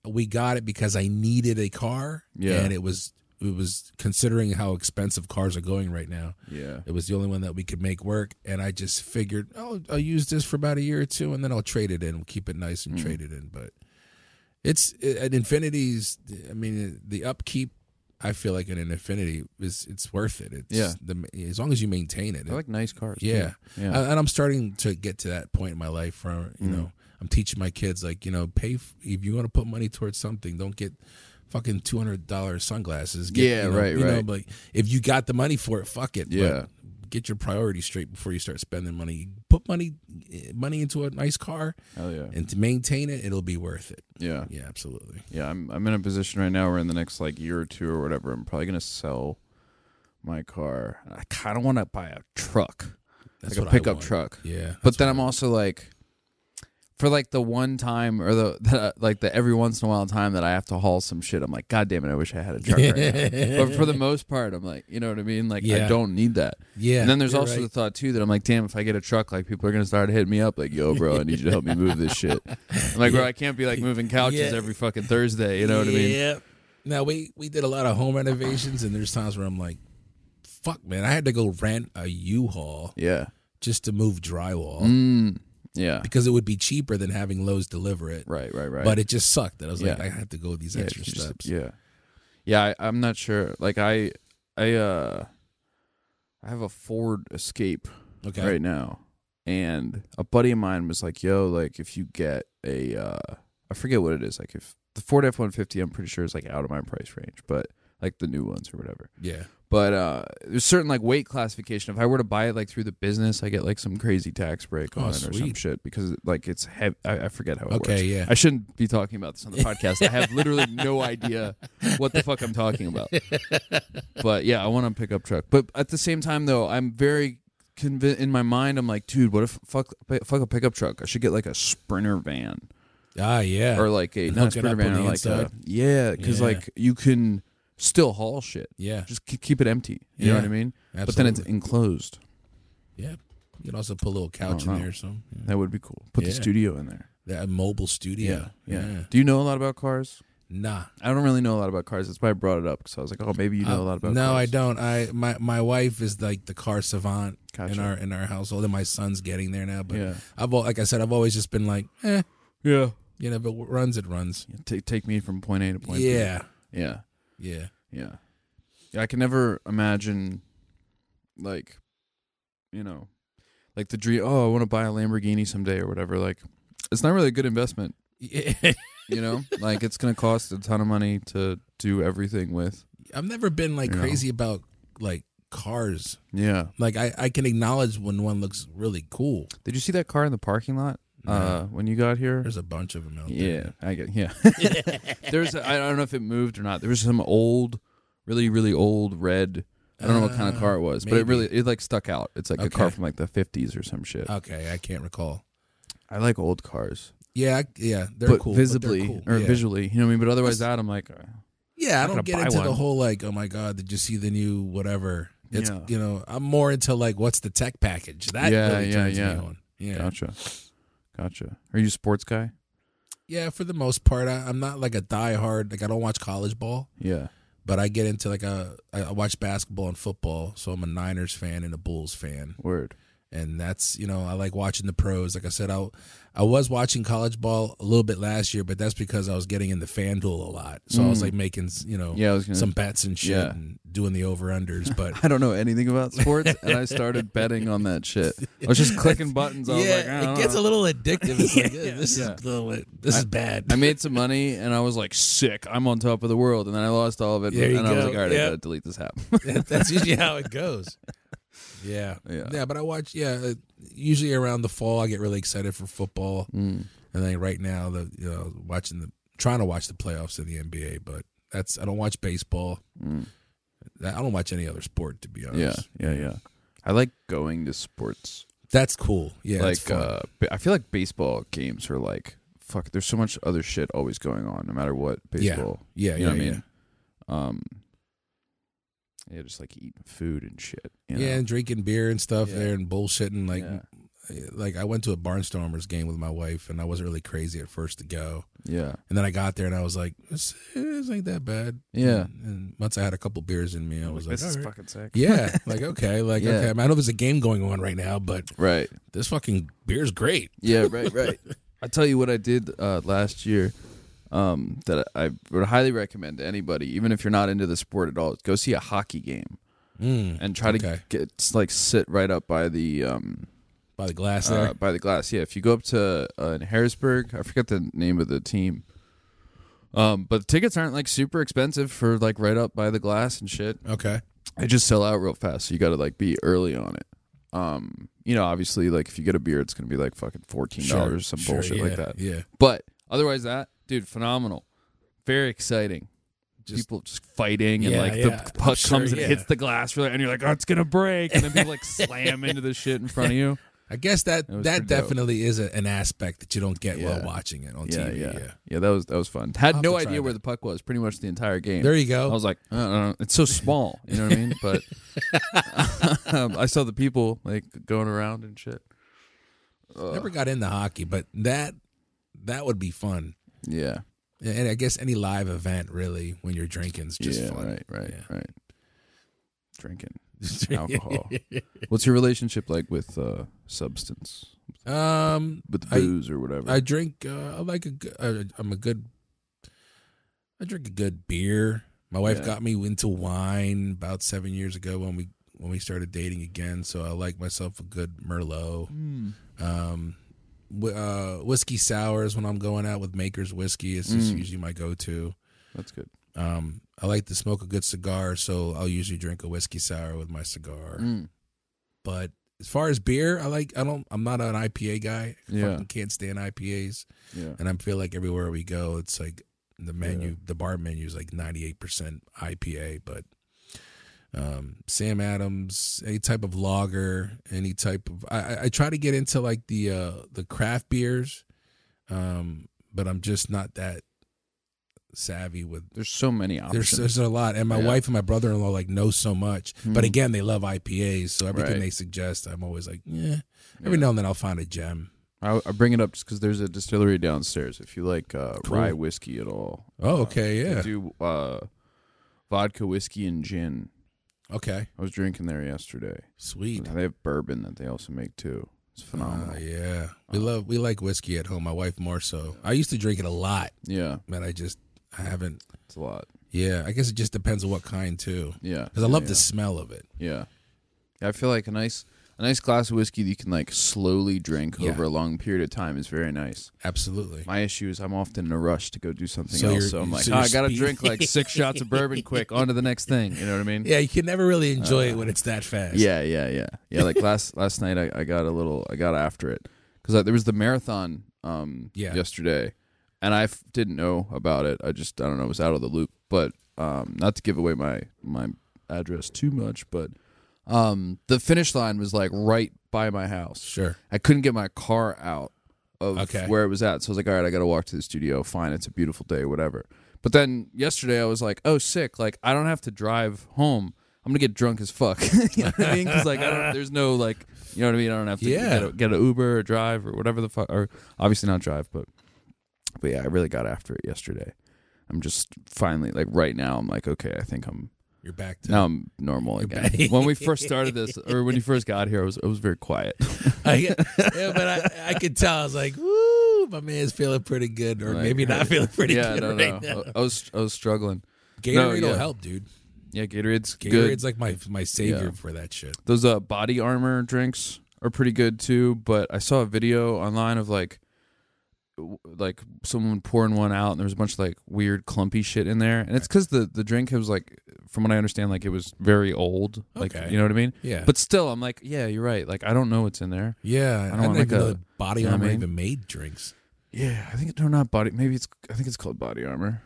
Speaker 2: we got it because I needed a car.
Speaker 1: Yeah.
Speaker 2: And it was it was considering how expensive cars are going right now.
Speaker 1: yeah,
Speaker 2: It was the only one that we could make work. And I just figured, oh, I'll use this for about a year or two, and then I'll trade it in, keep it nice and
Speaker 1: Mm.
Speaker 2: trade it in. But it's at Infinity's. I mean, the upkeep. I feel like in an Infinity is it's worth it. It's
Speaker 1: Yeah.
Speaker 2: The, as long as you maintain it.
Speaker 1: I like nice cars. too.
Speaker 2: yeah.
Speaker 1: yeah,
Speaker 2: And- and I'm starting to get to that point in my life where you
Speaker 1: Mm.
Speaker 2: know I'm teaching my kids like you know pay f- if you want to put money towards something, don't get fucking two hundred dollars sunglasses. Get,
Speaker 1: Yeah,
Speaker 2: you know,
Speaker 1: right,
Speaker 2: you
Speaker 1: right.
Speaker 2: Know, like if you got the money for it, fuck it. but
Speaker 1: Yeah.
Speaker 2: get your priorities straight before you start spending money. Put money eh, money into a nice car,
Speaker 1: hell yeah,
Speaker 2: and to maintain it, it'll be worth it.
Speaker 1: yeah.
Speaker 2: Yeah, absolutely.
Speaker 1: Yeah, I'm I'm in a position right now where in the next like year or two or whatever, I'm probably gonna sell my car. I kind of want to buy a truck,
Speaker 2: That's
Speaker 1: like
Speaker 2: what
Speaker 1: a
Speaker 2: I
Speaker 1: pickup
Speaker 2: want.
Speaker 1: truck.
Speaker 2: Yeah,
Speaker 1: But then I'm also like, for like the one time or the, <laughs> the like the every once in a while time that I have to haul some shit, I'm like, God damn it, I wish I had a truck. right
Speaker 2: <laughs>
Speaker 1: now. But for the most part, I'm like, you know what I mean? Like, I
Speaker 2: Yeah.
Speaker 1: don't need that.
Speaker 2: yeah.
Speaker 1: and then there's
Speaker 2: you're
Speaker 1: also
Speaker 2: right.
Speaker 1: the thought too that I'm like, damn, if I get a truck, like people are gonna start hitting me up, like, yo, bro, I need you to help me move this shit. I'm
Speaker 2: <laughs>
Speaker 1: like, bro, I can't be like moving couches
Speaker 2: Yeah.
Speaker 1: every fucking Thursday. You know what I mean?
Speaker 2: Yeah. Now we we did a lot of home renovations, and there's times where I'm like, "Fuck, man, I had to go rent a U-Haul
Speaker 1: Yeah.
Speaker 2: just to move drywall
Speaker 1: Mm, yeah.
Speaker 2: because it would be cheaper than having Lowe's deliver it."
Speaker 1: Right. Right. Right.
Speaker 2: But it just sucked. that I was like,
Speaker 1: Yeah.
Speaker 2: I had to go these extra
Speaker 1: you just-
Speaker 2: steps.
Speaker 1: yeah. Yeah. I, I'm not sure. Like I, I, uh, I have a Ford Escape
Speaker 2: Okay.
Speaker 1: right now, and a buddy of mine was like, "Yo, like if you get a, uh, I forget what it is. Like if the Ford F150, I'm pretty sure is like out of my price range, but like the new ones or whatever.
Speaker 2: Yeah.
Speaker 1: But uh, there's certain like weight classification. If I were to buy it like through the business, I get like some crazy tax break
Speaker 2: Oh,
Speaker 1: on it or some
Speaker 2: sweet.
Speaker 1: shit because like it's heavy. I, I forget how it
Speaker 2: Okay,
Speaker 1: works.
Speaker 2: yeah.
Speaker 1: I shouldn't be talking about
Speaker 2: <laughs>
Speaker 1: this on the podcast. I have literally no idea what the fuck I'm talking about. But yeah, I want a pickup truck. But at the same time though, I'm very convinced in my mind. I'm like, dude, what if fuck fuck a pickup truck? I should get like a Sprinter van
Speaker 2: Ah, yeah.
Speaker 1: or like a
Speaker 2: And
Speaker 1: not a
Speaker 2: hook it
Speaker 1: Sprinter
Speaker 2: up
Speaker 1: van
Speaker 2: on
Speaker 1: or
Speaker 2: the
Speaker 1: like a
Speaker 2: inside.
Speaker 1: yeah, because
Speaker 2: Yeah.
Speaker 1: like you can still haul shit.
Speaker 2: yeah.
Speaker 1: Just ke- keep it empty. You know
Speaker 2: Yeah.
Speaker 1: what I mean? But then
Speaker 2: Absolutely.
Speaker 1: it's enclosed.
Speaker 2: yeah. You could also put a little couch in
Speaker 1: know.
Speaker 2: there or something. Yeah.
Speaker 1: That would be cool. Put the
Speaker 2: Yeah.
Speaker 1: studio in there.
Speaker 2: That mobile studio.
Speaker 1: Do you know a lot about cars?
Speaker 2: Nah.
Speaker 1: I don't really know a lot about cars. That's why I brought it up because I was like, oh, maybe you know
Speaker 2: Uh,
Speaker 1: a lot about.
Speaker 2: no,
Speaker 1: cars.
Speaker 2: I don't. I my my wife is like the car savant in
Speaker 1: Gotcha.
Speaker 2: our in our household, and my son's getting there now. But
Speaker 1: Yeah.
Speaker 2: I've al- like I said, I've always just been like, eh,
Speaker 1: Yeah.
Speaker 2: you know, if it w- runs, it runs.
Speaker 1: Take take me from point A to point
Speaker 2: Yeah,
Speaker 1: B. Yeah.
Speaker 2: yeah,
Speaker 1: Yeah. Yeah. I can never imagine, like, you know, like the dream. Oh, I want to buy a Lamborghini someday or whatever. Like, it's not really a good investment.
Speaker 2: yeah. <laughs>
Speaker 1: You know, like it's gonna cost a ton of money to do everything with.
Speaker 2: I've never been like
Speaker 1: You know.
Speaker 2: crazy about like cars.
Speaker 1: Yeah.
Speaker 2: Like I I can acknowledge when one looks really cool.
Speaker 1: Did you see that car in the parking lot uh, when you got here?
Speaker 2: There's a bunch of them out there.
Speaker 1: Yeah, I get.
Speaker 2: <laughs>
Speaker 1: Yeah, <laughs> there's. A, I don't know if it moved or not. There was some old, really, really old red. I don't know what kind of
Speaker 2: Uh,
Speaker 1: car it was, but it
Speaker 2: maybe.
Speaker 1: really it like stuck out. It's like a car
Speaker 2: Okay.
Speaker 1: from like the fifties or some shit.
Speaker 2: Okay, I can't recall.
Speaker 1: I like old cars,
Speaker 2: Yeah, I- yeah, they're
Speaker 1: but
Speaker 2: cool. but they're
Speaker 1: visibly
Speaker 2: cool.
Speaker 1: or
Speaker 2: yeah.
Speaker 1: visually, you know what I mean. But otherwise, that I'm like, uh,
Speaker 2: Yeah, I
Speaker 1: not gonna
Speaker 2: don't get
Speaker 1: buy
Speaker 2: into the
Speaker 1: one.
Speaker 2: whole like, oh my god, did you see the new whatever? It's
Speaker 1: Yeah.
Speaker 2: you know, I'm more into like what's the tech package that
Speaker 1: Yeah,
Speaker 2: really
Speaker 1: yeah,
Speaker 2: turns
Speaker 1: yeah.
Speaker 2: me on. Yeah,
Speaker 1: gotcha, gotcha. Are you a sports guy?
Speaker 2: yeah. For the most part, I, I'm not like a diehard. Like I don't watch college ball,
Speaker 1: Yeah,
Speaker 2: but I get into like a I I watch basketball and football. So I'm a Niners fan and a Bulls fan,
Speaker 1: word.
Speaker 2: and that's you know I like watching the pros. Like I said, I I was watching college ball a little bit last year, but that's because I was getting into FanDuel a lot. So I was like making you know
Speaker 1: Mm. Yeah, I was gonna.
Speaker 2: some bets and shit
Speaker 1: Yeah.
Speaker 2: and doing the over unders, but.
Speaker 1: <laughs> I don't know anything about sports, and I <laughs> started betting on that shit. I was just clicking buttons. I was like, I don't
Speaker 2: it gets
Speaker 1: know.
Speaker 2: a little addictive. It's <laughs> like, eh, this
Speaker 1: yeah.
Speaker 2: is a little, this is bad.
Speaker 1: I made some money and I was like, sick, I'm on top of the world. And then I lost all of it.
Speaker 2: There you
Speaker 1: and I was
Speaker 2: go.
Speaker 1: like, all right, I
Speaker 2: Yeah.
Speaker 1: gotta delete this <laughs> app.
Speaker 2: <laughs> That's usually how it
Speaker 1: <laughs>
Speaker 2: goes. Yeah.
Speaker 1: Yeah.
Speaker 2: but I watch. Yeah, uh, usually around the fall, I get really excited for football,
Speaker 1: Mm,
Speaker 2: and then right now, the you know, watching the trying to watch the playoffs in the NBA, but that's I don't watch baseball. I don't watch any other sport to be
Speaker 1: mm. yeah,
Speaker 2: honest.
Speaker 1: yeah, yeah. I like going to sports.
Speaker 2: that's cool. Yeah,
Speaker 1: like,
Speaker 2: it's fun.
Speaker 1: uh, ba- I feel like baseball games are like, fuck, there's so much other shit always going on, no matter what. Baseball.
Speaker 2: yeah,
Speaker 1: You know
Speaker 2: yeah,
Speaker 1: what I mean? Um, yeah, just like eating food and shit. You
Speaker 2: yeah,
Speaker 1: know?
Speaker 2: and drinking beer and stuff
Speaker 1: Yeah.
Speaker 2: there and bullshitting like
Speaker 1: Yeah.
Speaker 2: like I went to a Barnstormers game with my wife and I wasn't really crazy at first to go.
Speaker 1: Yeah.
Speaker 2: And then I got there and I was like, this this ain't that bad.
Speaker 1: Yeah.
Speaker 2: And, and once I had a couple beers in me, I was like,
Speaker 1: this is
Speaker 2: "All right."
Speaker 1: fucking sick. <laughs>
Speaker 2: yeah, like okay, like
Speaker 1: Yeah.
Speaker 2: okay. I, mean, I know there's a game going on right now, but
Speaker 1: Right.
Speaker 2: this fucking beer's great. <laughs>
Speaker 1: Yeah, right, right. I tell you what I did uh, last year um, that I would highly recommend to anybody, even if you're not into the sport at all, is go see a hockey game
Speaker 2: Mm,
Speaker 1: and try to
Speaker 2: Okay.
Speaker 1: get like sit right up by the um,
Speaker 2: by the glass there.
Speaker 1: uh, by the glass. Yeah, if you go up to uh, in Harrisburg, I forget the name of the team. Um, but tickets aren't like super expensive for like right up by the glass and shit.
Speaker 2: okay.
Speaker 1: They just sell out real fast, so you got to like be early on it. Um, you know, obviously, like if you get a beer, it's gonna be like fucking fourteen dollars or some
Speaker 2: sure,
Speaker 1: bullshit
Speaker 2: yeah,
Speaker 1: like that.
Speaker 2: Yeah.
Speaker 1: But otherwise, that dude, phenomenal, very exciting.
Speaker 2: Just-
Speaker 1: people just fighting and
Speaker 2: Yeah,
Speaker 1: like
Speaker 2: yeah.
Speaker 1: the puck
Speaker 2: Sure,
Speaker 1: comes and
Speaker 2: yeah.
Speaker 1: hits the glass really, and you're like, oh, it's gonna break, and then people like slam into the shit in front of you.
Speaker 2: I guess that
Speaker 1: was
Speaker 2: that,
Speaker 1: pretty dope.
Speaker 2: definitely is a, an aspect that you don't get
Speaker 1: Yeah.
Speaker 2: while watching it on TV. Yeah.
Speaker 1: yeah. That was that was fun. Had
Speaker 2: I'll have
Speaker 1: no
Speaker 2: to try
Speaker 1: idea where the
Speaker 2: that.
Speaker 1: puck was pretty much the entire game.
Speaker 2: There you go.
Speaker 1: I was like, I don't know. it's so small, you know what I
Speaker 2: <laughs>
Speaker 1: mean? But um, I saw the people like going around and shit.
Speaker 2: Never got into hockey, but that that would be fun.
Speaker 1: Yeah,
Speaker 2: And I guess any live event really when you're drinking is just
Speaker 1: yeah,
Speaker 2: fun.
Speaker 1: right, right,
Speaker 2: Yeah.
Speaker 1: right.
Speaker 2: <laughs>
Speaker 1: Drinking
Speaker 2: Just drink-
Speaker 1: alcohol. What's your relationship like with uh, substance?
Speaker 2: Um,
Speaker 1: with
Speaker 2: I-
Speaker 1: booze or whatever.
Speaker 2: I drink. Uh, I like a. g- I, I'm a good. I drink a good beer. My wife
Speaker 1: Yeah.
Speaker 2: got me into wine about seven years ago when we when we started dating again. So I like myself a good merlot.
Speaker 1: Hmm.
Speaker 2: Um, wh- uh, whiskey sours when I'm going out with Maker's whiskey. It's just
Speaker 1: Mm.
Speaker 2: usually my go to.
Speaker 1: That's good.
Speaker 2: Um, I like to smoke a good cigar, so I'll usually drink a whiskey sour with my cigar.
Speaker 1: Mm.
Speaker 2: But as far as beer, I like I don't I'm not an IPA guy. I
Speaker 1: Yeah.
Speaker 2: fucking can't stand IPAs.
Speaker 1: Yeah.
Speaker 2: And I feel like everywhere we go, it's like the menu, the bar menu is like 98% IPA, but um, Sam Adams, any type of lager, any type of I, I- I try to get into like the uh, the craft beers, um, but I'm just not that savvy with
Speaker 1: There's so many options.
Speaker 2: there's there's a lot, and my
Speaker 1: Yeah.
Speaker 2: wife and my brother in law like know so much, but
Speaker 1: Mm.
Speaker 2: again they love IPAs, so everything
Speaker 1: Right.
Speaker 2: they suggest, I'm always like, yeah.
Speaker 1: Yeah.
Speaker 2: Every now and then I'll find a gem.
Speaker 1: I, I bring it up just because there's a distillery downstairs. If you like uh,
Speaker 2: Cool.
Speaker 1: rye whiskey at all,
Speaker 2: Oh, okay,
Speaker 1: they
Speaker 2: yeah,
Speaker 1: do uh, vodka whiskey and gin.
Speaker 2: okay,
Speaker 1: I was drinking there yesterday.
Speaker 2: sweet.
Speaker 1: They have bourbon that they also make too. It's phenomenal.
Speaker 2: Ah, yeah,
Speaker 1: uh,
Speaker 2: we love we like whiskey at home. My wife more so. I used to drink it a lot,
Speaker 1: yeah,
Speaker 2: but I just I haven't.
Speaker 1: it's a lot.
Speaker 2: Yeah, I guess it just depends on what kind too,
Speaker 1: Yeah,
Speaker 2: because I love
Speaker 1: yeah,
Speaker 2: the smell of it.
Speaker 1: Yeah. yeah, I feel like a nice, a nice glass of whiskey that you can like slowly drink
Speaker 2: Yeah.
Speaker 1: over a long period of time is very nice.
Speaker 2: Absolutely.
Speaker 1: My issue is I'm often in a rush to go do something
Speaker 2: So
Speaker 1: else,
Speaker 2: you're-
Speaker 1: so I'm like,
Speaker 2: so
Speaker 1: "Ah,
Speaker 2: you're
Speaker 1: I gotta
Speaker 2: speed-
Speaker 1: drink like six shots of bourbon quick. On to the next thing. You know what I mean?
Speaker 2: Yeah, you can never really enjoy it when it's that fast.
Speaker 1: Uh, Yeah, yeah, yeah, yeah. Like last last night, I, I got a little, I got after it because there was the marathon um
Speaker 2: Yeah.
Speaker 1: yesterday, and I f- didn't know about it. I just I don't know, was out of the loop. But um, not to give away my my address too much, but um, the finish line was like right by my house.
Speaker 2: sure.
Speaker 1: I couldn't get my car out of
Speaker 2: Okay.
Speaker 1: where it was at. So I was like, all right, I got to walk to the studio. Fine, it's a beautiful day, whatever. But then yesterday I was like, oh, sick. Like, I don't have to drive home. I'm going to get drunk as fuck. <laughs> you know what I mean? Because, like, I don't, there's no, like, you know what I mean? I don't have to
Speaker 2: Yeah.
Speaker 1: get, a, get an Uber or drive or whatever the fuck. Or obviously not drive, but, but yeah, I really got after it yesterday. I'm just finally, like, right now, I'm like, okay, I think I'm,
Speaker 2: You're back to.
Speaker 1: now I'm normal again. when we first started this, or when you first got here, I was, I was very quiet.
Speaker 2: <laughs> I, yeah, but I, I could tell. I was like, "Woo, my man's feeling pretty good, or
Speaker 1: Like,
Speaker 2: maybe not feeling pretty
Speaker 1: yeah,
Speaker 2: good
Speaker 1: no,
Speaker 2: right
Speaker 1: no.
Speaker 2: now."
Speaker 1: I, I was I was struggling.
Speaker 2: Gatorade
Speaker 1: No, yeah.
Speaker 2: will help, dude.
Speaker 1: Yeah, Gatorade's good.
Speaker 2: Gatorade's like my my savior
Speaker 1: Yeah.
Speaker 2: for that shit.
Speaker 1: Those uh, body armor drinks are pretty good too. But I saw a video online of like w- like someone pouring one out, and there was a bunch of like weird clumpy shit in there, and it's because the the drink was like, from what I understand, like it was very old. Like
Speaker 2: Okay.
Speaker 1: you know what I mean.
Speaker 2: Yeah,
Speaker 1: But still, I'm like, yeah, you're right. Like I don't know what's in there.
Speaker 2: yeah,
Speaker 1: don't
Speaker 2: I don't,
Speaker 1: want, like,
Speaker 2: even know
Speaker 1: a-
Speaker 2: that body
Speaker 1: you know what I
Speaker 2: armor
Speaker 1: mean?
Speaker 2: even made drinks.
Speaker 1: Yeah, I think they're not body. Maybe it's I think it's called body armor.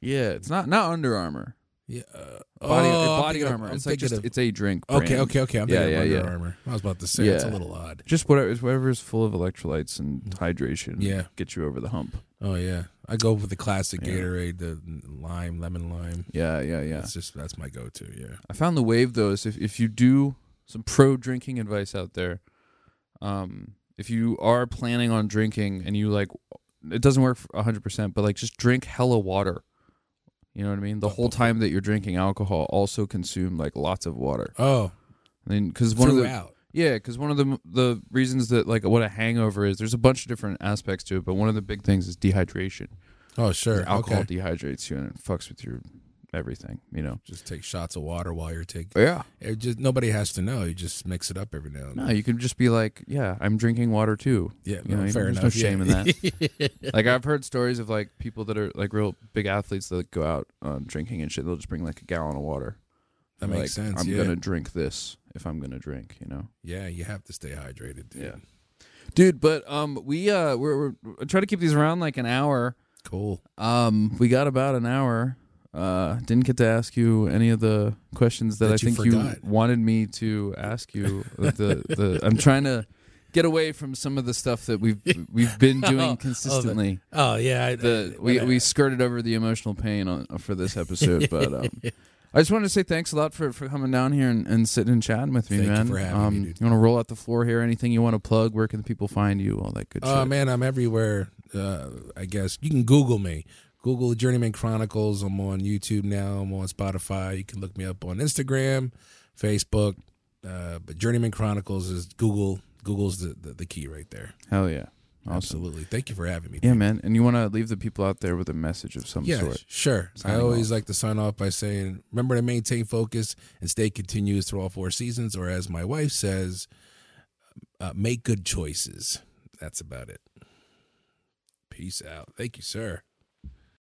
Speaker 1: Yeah, it's not not Under Armor.
Speaker 2: Yeah, uh,
Speaker 1: Body,
Speaker 2: oh, I'm
Speaker 1: body
Speaker 2: thinking of-
Speaker 1: armor.
Speaker 2: I'm
Speaker 1: it's like
Speaker 2: thinking
Speaker 1: just
Speaker 2: of-
Speaker 1: it's a drink.
Speaker 2: okay,
Speaker 1: brand.
Speaker 2: okay, okay. I'm
Speaker 1: Yeah,
Speaker 2: thinking of
Speaker 1: yeah,
Speaker 2: Under
Speaker 1: yeah.
Speaker 2: Armor. I was about to say it's a
Speaker 1: Yeah.
Speaker 2: little odd.
Speaker 1: Just whatever, whatever is full of electrolytes and hydration.
Speaker 2: Yeah.
Speaker 1: get you over the hump.
Speaker 2: Oh yeah, I go with the classic
Speaker 1: Yeah.
Speaker 2: Gatorade, the lime, lemon lime.
Speaker 1: Yeah, yeah, yeah.
Speaker 2: That's just that's my go-to. Yeah,
Speaker 1: I found the wave though. Is if if you do some pro drinking advice out there, um, if you are planning on drinking and you like, it doesn't work hundred percent, but like just drink hella water. You know what I mean? The whole time that you're drinking alcohol, also consume like lots of water.
Speaker 2: oh,
Speaker 1: I mean, because one
Speaker 2: one
Speaker 1: of the
Speaker 2: throughout.
Speaker 1: Yeah, because one of the the reasons that like what a hangover is, there's a bunch of different aspects to it, but one of the big things is dehydration.
Speaker 2: oh sure,
Speaker 1: Alcohol
Speaker 2: Okay.
Speaker 1: dehydrates you and it fucks with your everything. You know.
Speaker 2: Just take shots of water while you're taking.
Speaker 1: Yeah.
Speaker 2: It just nobody has to know. You just mix it up every now and then.
Speaker 1: No, you can just be like, yeah, I'm drinking water too.
Speaker 2: Yeah,
Speaker 1: You know,
Speaker 2: no, fair
Speaker 1: there's
Speaker 2: enough.
Speaker 1: no shame
Speaker 2: yeah.
Speaker 1: in that. <laughs> like I've heard stories of like people that are like real big athletes that go out um, drinking and shit. They'll just bring like a gallon of water.
Speaker 2: That
Speaker 1: They're
Speaker 2: makes
Speaker 1: like,
Speaker 2: sense.
Speaker 1: I'm
Speaker 2: yeah.
Speaker 1: gonna drink this if I'm gonna drink. You know.
Speaker 2: yeah, you have to stay hydrated. Dude.
Speaker 1: Yeah. Dude, but um, we uh, we're, we're I try to keep these around like an hour.
Speaker 2: Cool.
Speaker 1: Um, we got about an hour. Uh, didn't get to ask you any of the questions that,
Speaker 2: That
Speaker 1: I
Speaker 2: you
Speaker 1: think you,
Speaker 2: forgot.
Speaker 1: wanted me to ask you. the the I'm trying to get away from some of the stuff that we've we've been
Speaker 2: <laughs> Oh, oh,
Speaker 1: doing
Speaker 2: the-
Speaker 1: consistently.
Speaker 2: Oh yeah, I,
Speaker 1: the
Speaker 2: I-
Speaker 1: we
Speaker 2: I-
Speaker 1: we skirted over the emotional pain on, for this
Speaker 2: <laughs>
Speaker 1: episode, but um, I just wanted to say thanks a lot for, for coming down here and, and sitting and chatting with me,
Speaker 2: Thank you
Speaker 1: man.
Speaker 2: for having me,
Speaker 1: um,
Speaker 2: dude.
Speaker 1: You want to roll out the floor here? Anything you want to plug? Where can the people find you? All that good
Speaker 2: Oh
Speaker 1: shit.
Speaker 2: man, I'm everywhere. Uh, I guess you can Google me. Google Journeyman Chronicles. I'm on YouTube now. I'm on Spotify. You can look me up on Instagram, Facebook. Uh, but Journeyman Chronicles is Google. Google's the, the, the key right there.
Speaker 1: Hell yeah, awesome.
Speaker 2: Absolutely. Thank you for having me.
Speaker 1: Yeah, man. And you want to leave the people out there with a message of some
Speaker 2: Yeah,
Speaker 1: sort.
Speaker 2: sure. I
Speaker 1: Signing
Speaker 2: always like to sign off by saying, remember to maintain focus and stay continuous through all four seasons, or as my wife says, uh, make good choices. That's about it. Peace out. Thank you, sir.